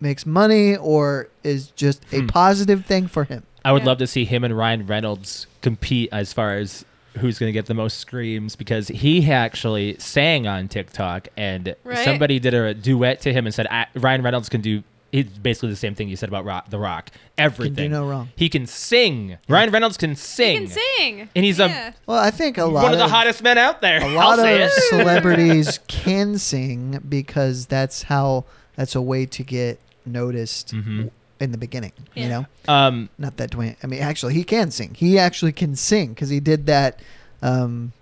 A: makes money or is just a
B: Hmm.
A: positive thing for him.
B: I would
C: Yeah.
B: love to see him and Ryan Reynolds compete as far as who's going to get the most screams because he actually sang on TikTok and
C: Right.
B: somebody did a duet to him and said I, Ryan Reynolds can do he's basically the same thing you said about rock, The Rock. Everything.
A: no wrong.
B: He can sing. Ryan Reynolds can
C: He
B: sing.
C: can sing.
B: And he's a-
C: yeah.
A: Well, I think a lot
B: One of the
A: of-
B: hottest men out there.
A: a lot
B: I'll say it.
A: of
B: *laughs*
A: celebrities can sing because that's how that's a way to get noticed
B: Mhm.
A: in the beginning. You
C: Yeah.
A: know,
B: Um,
A: not that Dwayne. I mean, actually, he can sing. He actually can sing because he did that um,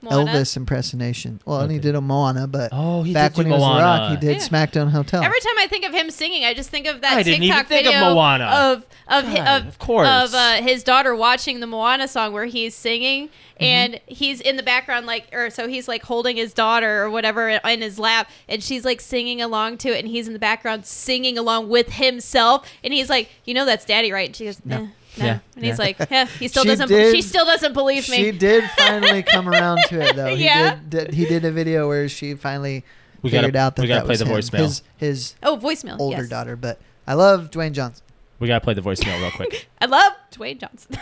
C: Moana.
A: Elvis impersonation. Well, and he
B: Okay.
A: did a Moana, but
B: oh, he
A: back
B: did
A: when
B: do
A: he was
B: Moana.
A: The Rock, he did
C: Yeah.
A: SmackDown Hotel.
C: Every time I think of him singing, I just think of that
B: I didn't even
C: TikTok
B: think of
C: video
B: Moana.
C: of of hi-
B: God,
C: of,
B: of course.
C: of, uh, his daughter watching the Moana song where he's singing
B: Mm-hmm.
C: and he's in the background like or so he's like holding his daughter or whatever in his lap and she's like singing along to it and he's in the background singing along with himself and he's like, you know that's daddy right? And she goes,
A: No.
C: no. no.
B: Yeah.
C: And he's
B: Yeah.
C: like, yeah, he
A: *laughs*
C: still
A: She
C: doesn't.
A: did-
C: she still doesn't believe me.
A: she did
C: *laughs*
A: finally come around to it, though. He
C: Yeah.
A: Did, did, he did a video where she finally
B: We gotta-
A: figured out that
B: we gotta
A: that
B: play
A: was
B: the
A: him,
B: voicemail.
A: His, his
C: oh, voicemail.
A: older
C: yes.
A: daughter, but I love Dwayne Johnson.
B: We gotta play the voicemail real quick.
C: I love Dwayne Johnson.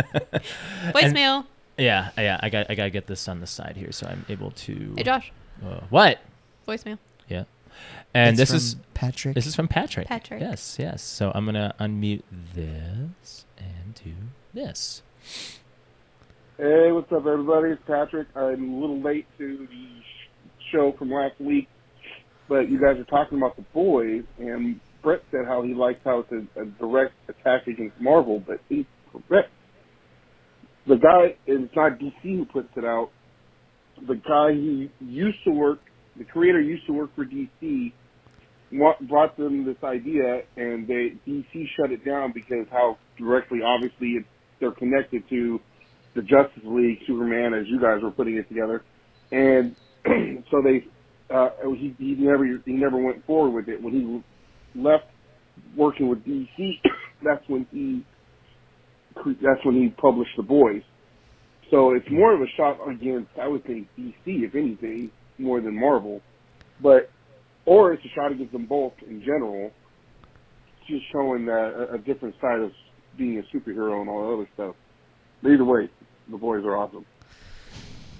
C: *laughs* voicemail.
B: yeah, yeah. I got I gotta get this on the side here so I'm able to.
C: hey, Josh.
B: Uh, what?
C: Voicemail.
B: Yeah. And
A: It's
B: this is
A: from Patrick.
B: this is from Patrick.
C: Patrick.
B: Yes, yes. So I'm gonna unmute this and do this.
D: Hey, what's up, everybody? It's Patrick. I'm a little late to the sh- show from last week, but you guys are talking about the boys, and Brett said how he likes how it's a, a direct attack against Marvel, but he's correct. The guy, and it's not DC who puts it out. The guy who used to work, the creator used to work for DC, wa- brought them this idea, and they DC shut it down because how directly, obviously, it's, they're connected to the Justice League, Superman, as you guys were putting it together, and *clears throat* so they uh, he, he never he never went forward with it. When he left working with DC, *clears throat* that's when he cre- that's when he published The Boys. So it's more of a shot against I would think DC, if anything, more than Marvel, but or it's a shot against them both in general. Just showing that a, a different side of being a superhero and all that other stuff. But either way, the boys are awesome.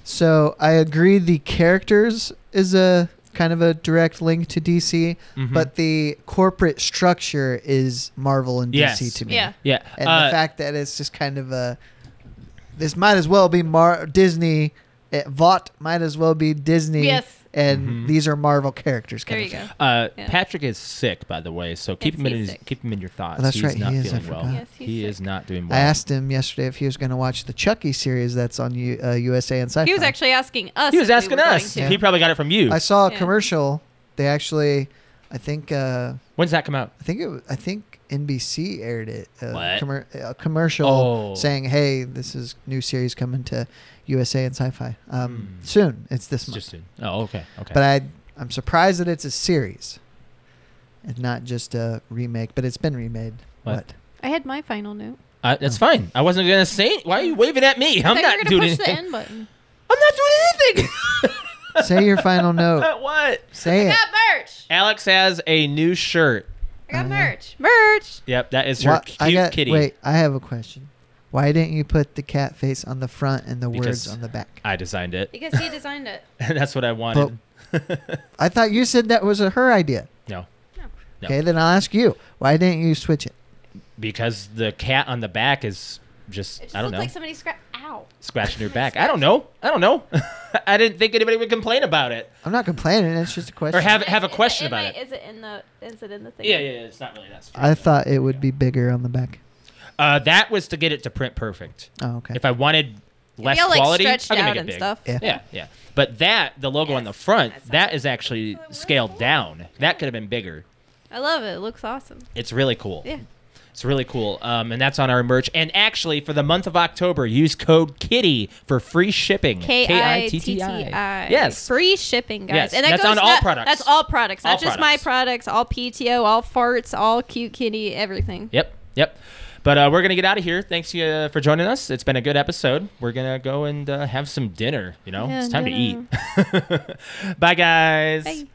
A: So I agree the characters is a kind of a direct link to DC,
B: Mm-hmm.
A: but the corporate structure is Marvel and
B: Yes.
A: DC to me.
C: Yeah.
B: Yeah.
A: And
B: uh,
A: the fact that it's just kind of a this might as well be Mar- Disney eh, Vought might as well be Disney
C: Yes.
A: and
B: Mm-hmm.
A: these are Marvel characters
C: There
A: kind
C: you
A: of
C: go.
A: thing.
B: uh,
C: Yeah.
B: Patrick is sick, by the way, so keep
C: Yes,
B: him in
C: he's
B: his,
C: sick.
B: keep him in your thoughts.
A: Oh, that's
B: he's
A: right,
B: not
A: he is, I
B: feeling well.
A: forgot.
C: Yes, he's
B: he
C: sick.
B: is not doing well.
A: I asked him yesterday if he was going to watch the Chucky series that's on U- uh, USA and Sci-Fi.
C: He was actually asking us.
B: He was
C: if we
B: asking
C: were going
B: us.
C: to.
B: He probably got it from you.
A: I saw a
C: Yeah.
A: commercial. They actually I think uh
B: When's that come out?
A: I think it. wa- I think NBC aired it. A,
B: What?
A: commer- a commercial
B: Oh.
A: saying, "Hey, this is new series coming to USA and Sci-Fi um, soon. It's this
B: Hmm. It's
A: month."
B: just soon. Oh, okay, okay.
A: but I, I'm surprised that it's a series, and not just a remake. But it's been remade.
B: What?
A: What?
C: I had my final note.
B: uh, that's fine. I wasn't gonna say. Why are you waving at me? I'm
C: I
B: not
C: thought you were
B: doing
C: gonna push
B: anything.
C: the end *laughs* button.
B: I'm not doing anything.
A: *laughs* Say your final
B: *laughs*
A: note.
B: what?
A: Say
C: I
A: it.
C: got merch.
B: Alex has a new shirt.
C: I got
A: Uh,
C: merch. Merch.
B: Yep, that is her
A: Wha-
B: cute
A: I got,
B: kitty.
A: Wait, I have a question. Why didn't you put the cat face on the front and the
B: Because-
A: words on the back?
B: I designed it.
C: Because he designed it.
B: *laughs* that's what I wanted.
A: I thought you said that was a, her idea.
B: *laughs* no, No.
A: Okay, then I'll ask you. Why didn't you switch it?
B: because the cat on the back is just,
C: It just
B: I don't
C: looked
B: know
C: like somebody scra- Ow.
B: scratching her
C: *laughs*
B: back. I don't know. I don't know. *laughs* I didn't think anybody would complain about it
A: I'm not complaining. It's just a question.
B: or have
C: Am I-
B: have a
C: is
B: question
C: am
B: about
C: I-
B: it.
C: Is it in the? Is it in the thing?
B: Yeah, yeah, yeah, it's not really that. Serious.
A: I thought it would be bigger on the back.
B: uh, that was to get it to print perfect.
A: Oh, okay.
B: If I wanted less
C: all, like,
B: quality,
C: stretched
B: I can
C: out
B: make it
C: and
B: big.
C: stuff. *laughs*
A: Yeah.
B: yeah, yeah. But that the logo on the
C: Yes.
B: front
C: That's
B: that is actually
C: That's what I
B: scaled
C: want.
B: down. That could have been bigger.
C: I love it. It looks awesome.
B: It's really cool.
C: Yeah.
B: It's really cool. Um, and that's on our merch. And actually, for the month of October, use code KITTY for free shipping.
C: K I T T I.
B: Yes.
C: Free shipping, guys.
B: Yes, that's on all products.
C: That's all products. Not
B: All
C: just
B: products.
C: my products. All PTO, all farts, all cute kitty, everything.
B: Yep. Yep. But uh, we're gonna get out of here. Thanks uh, for joining us. It's been a good episode. We're gonna go and uh, have some dinner. You know,
C: Yeah,
B: it's time
C: dinner.
B: to eat. *laughs* Bye, guys.
C: Bye.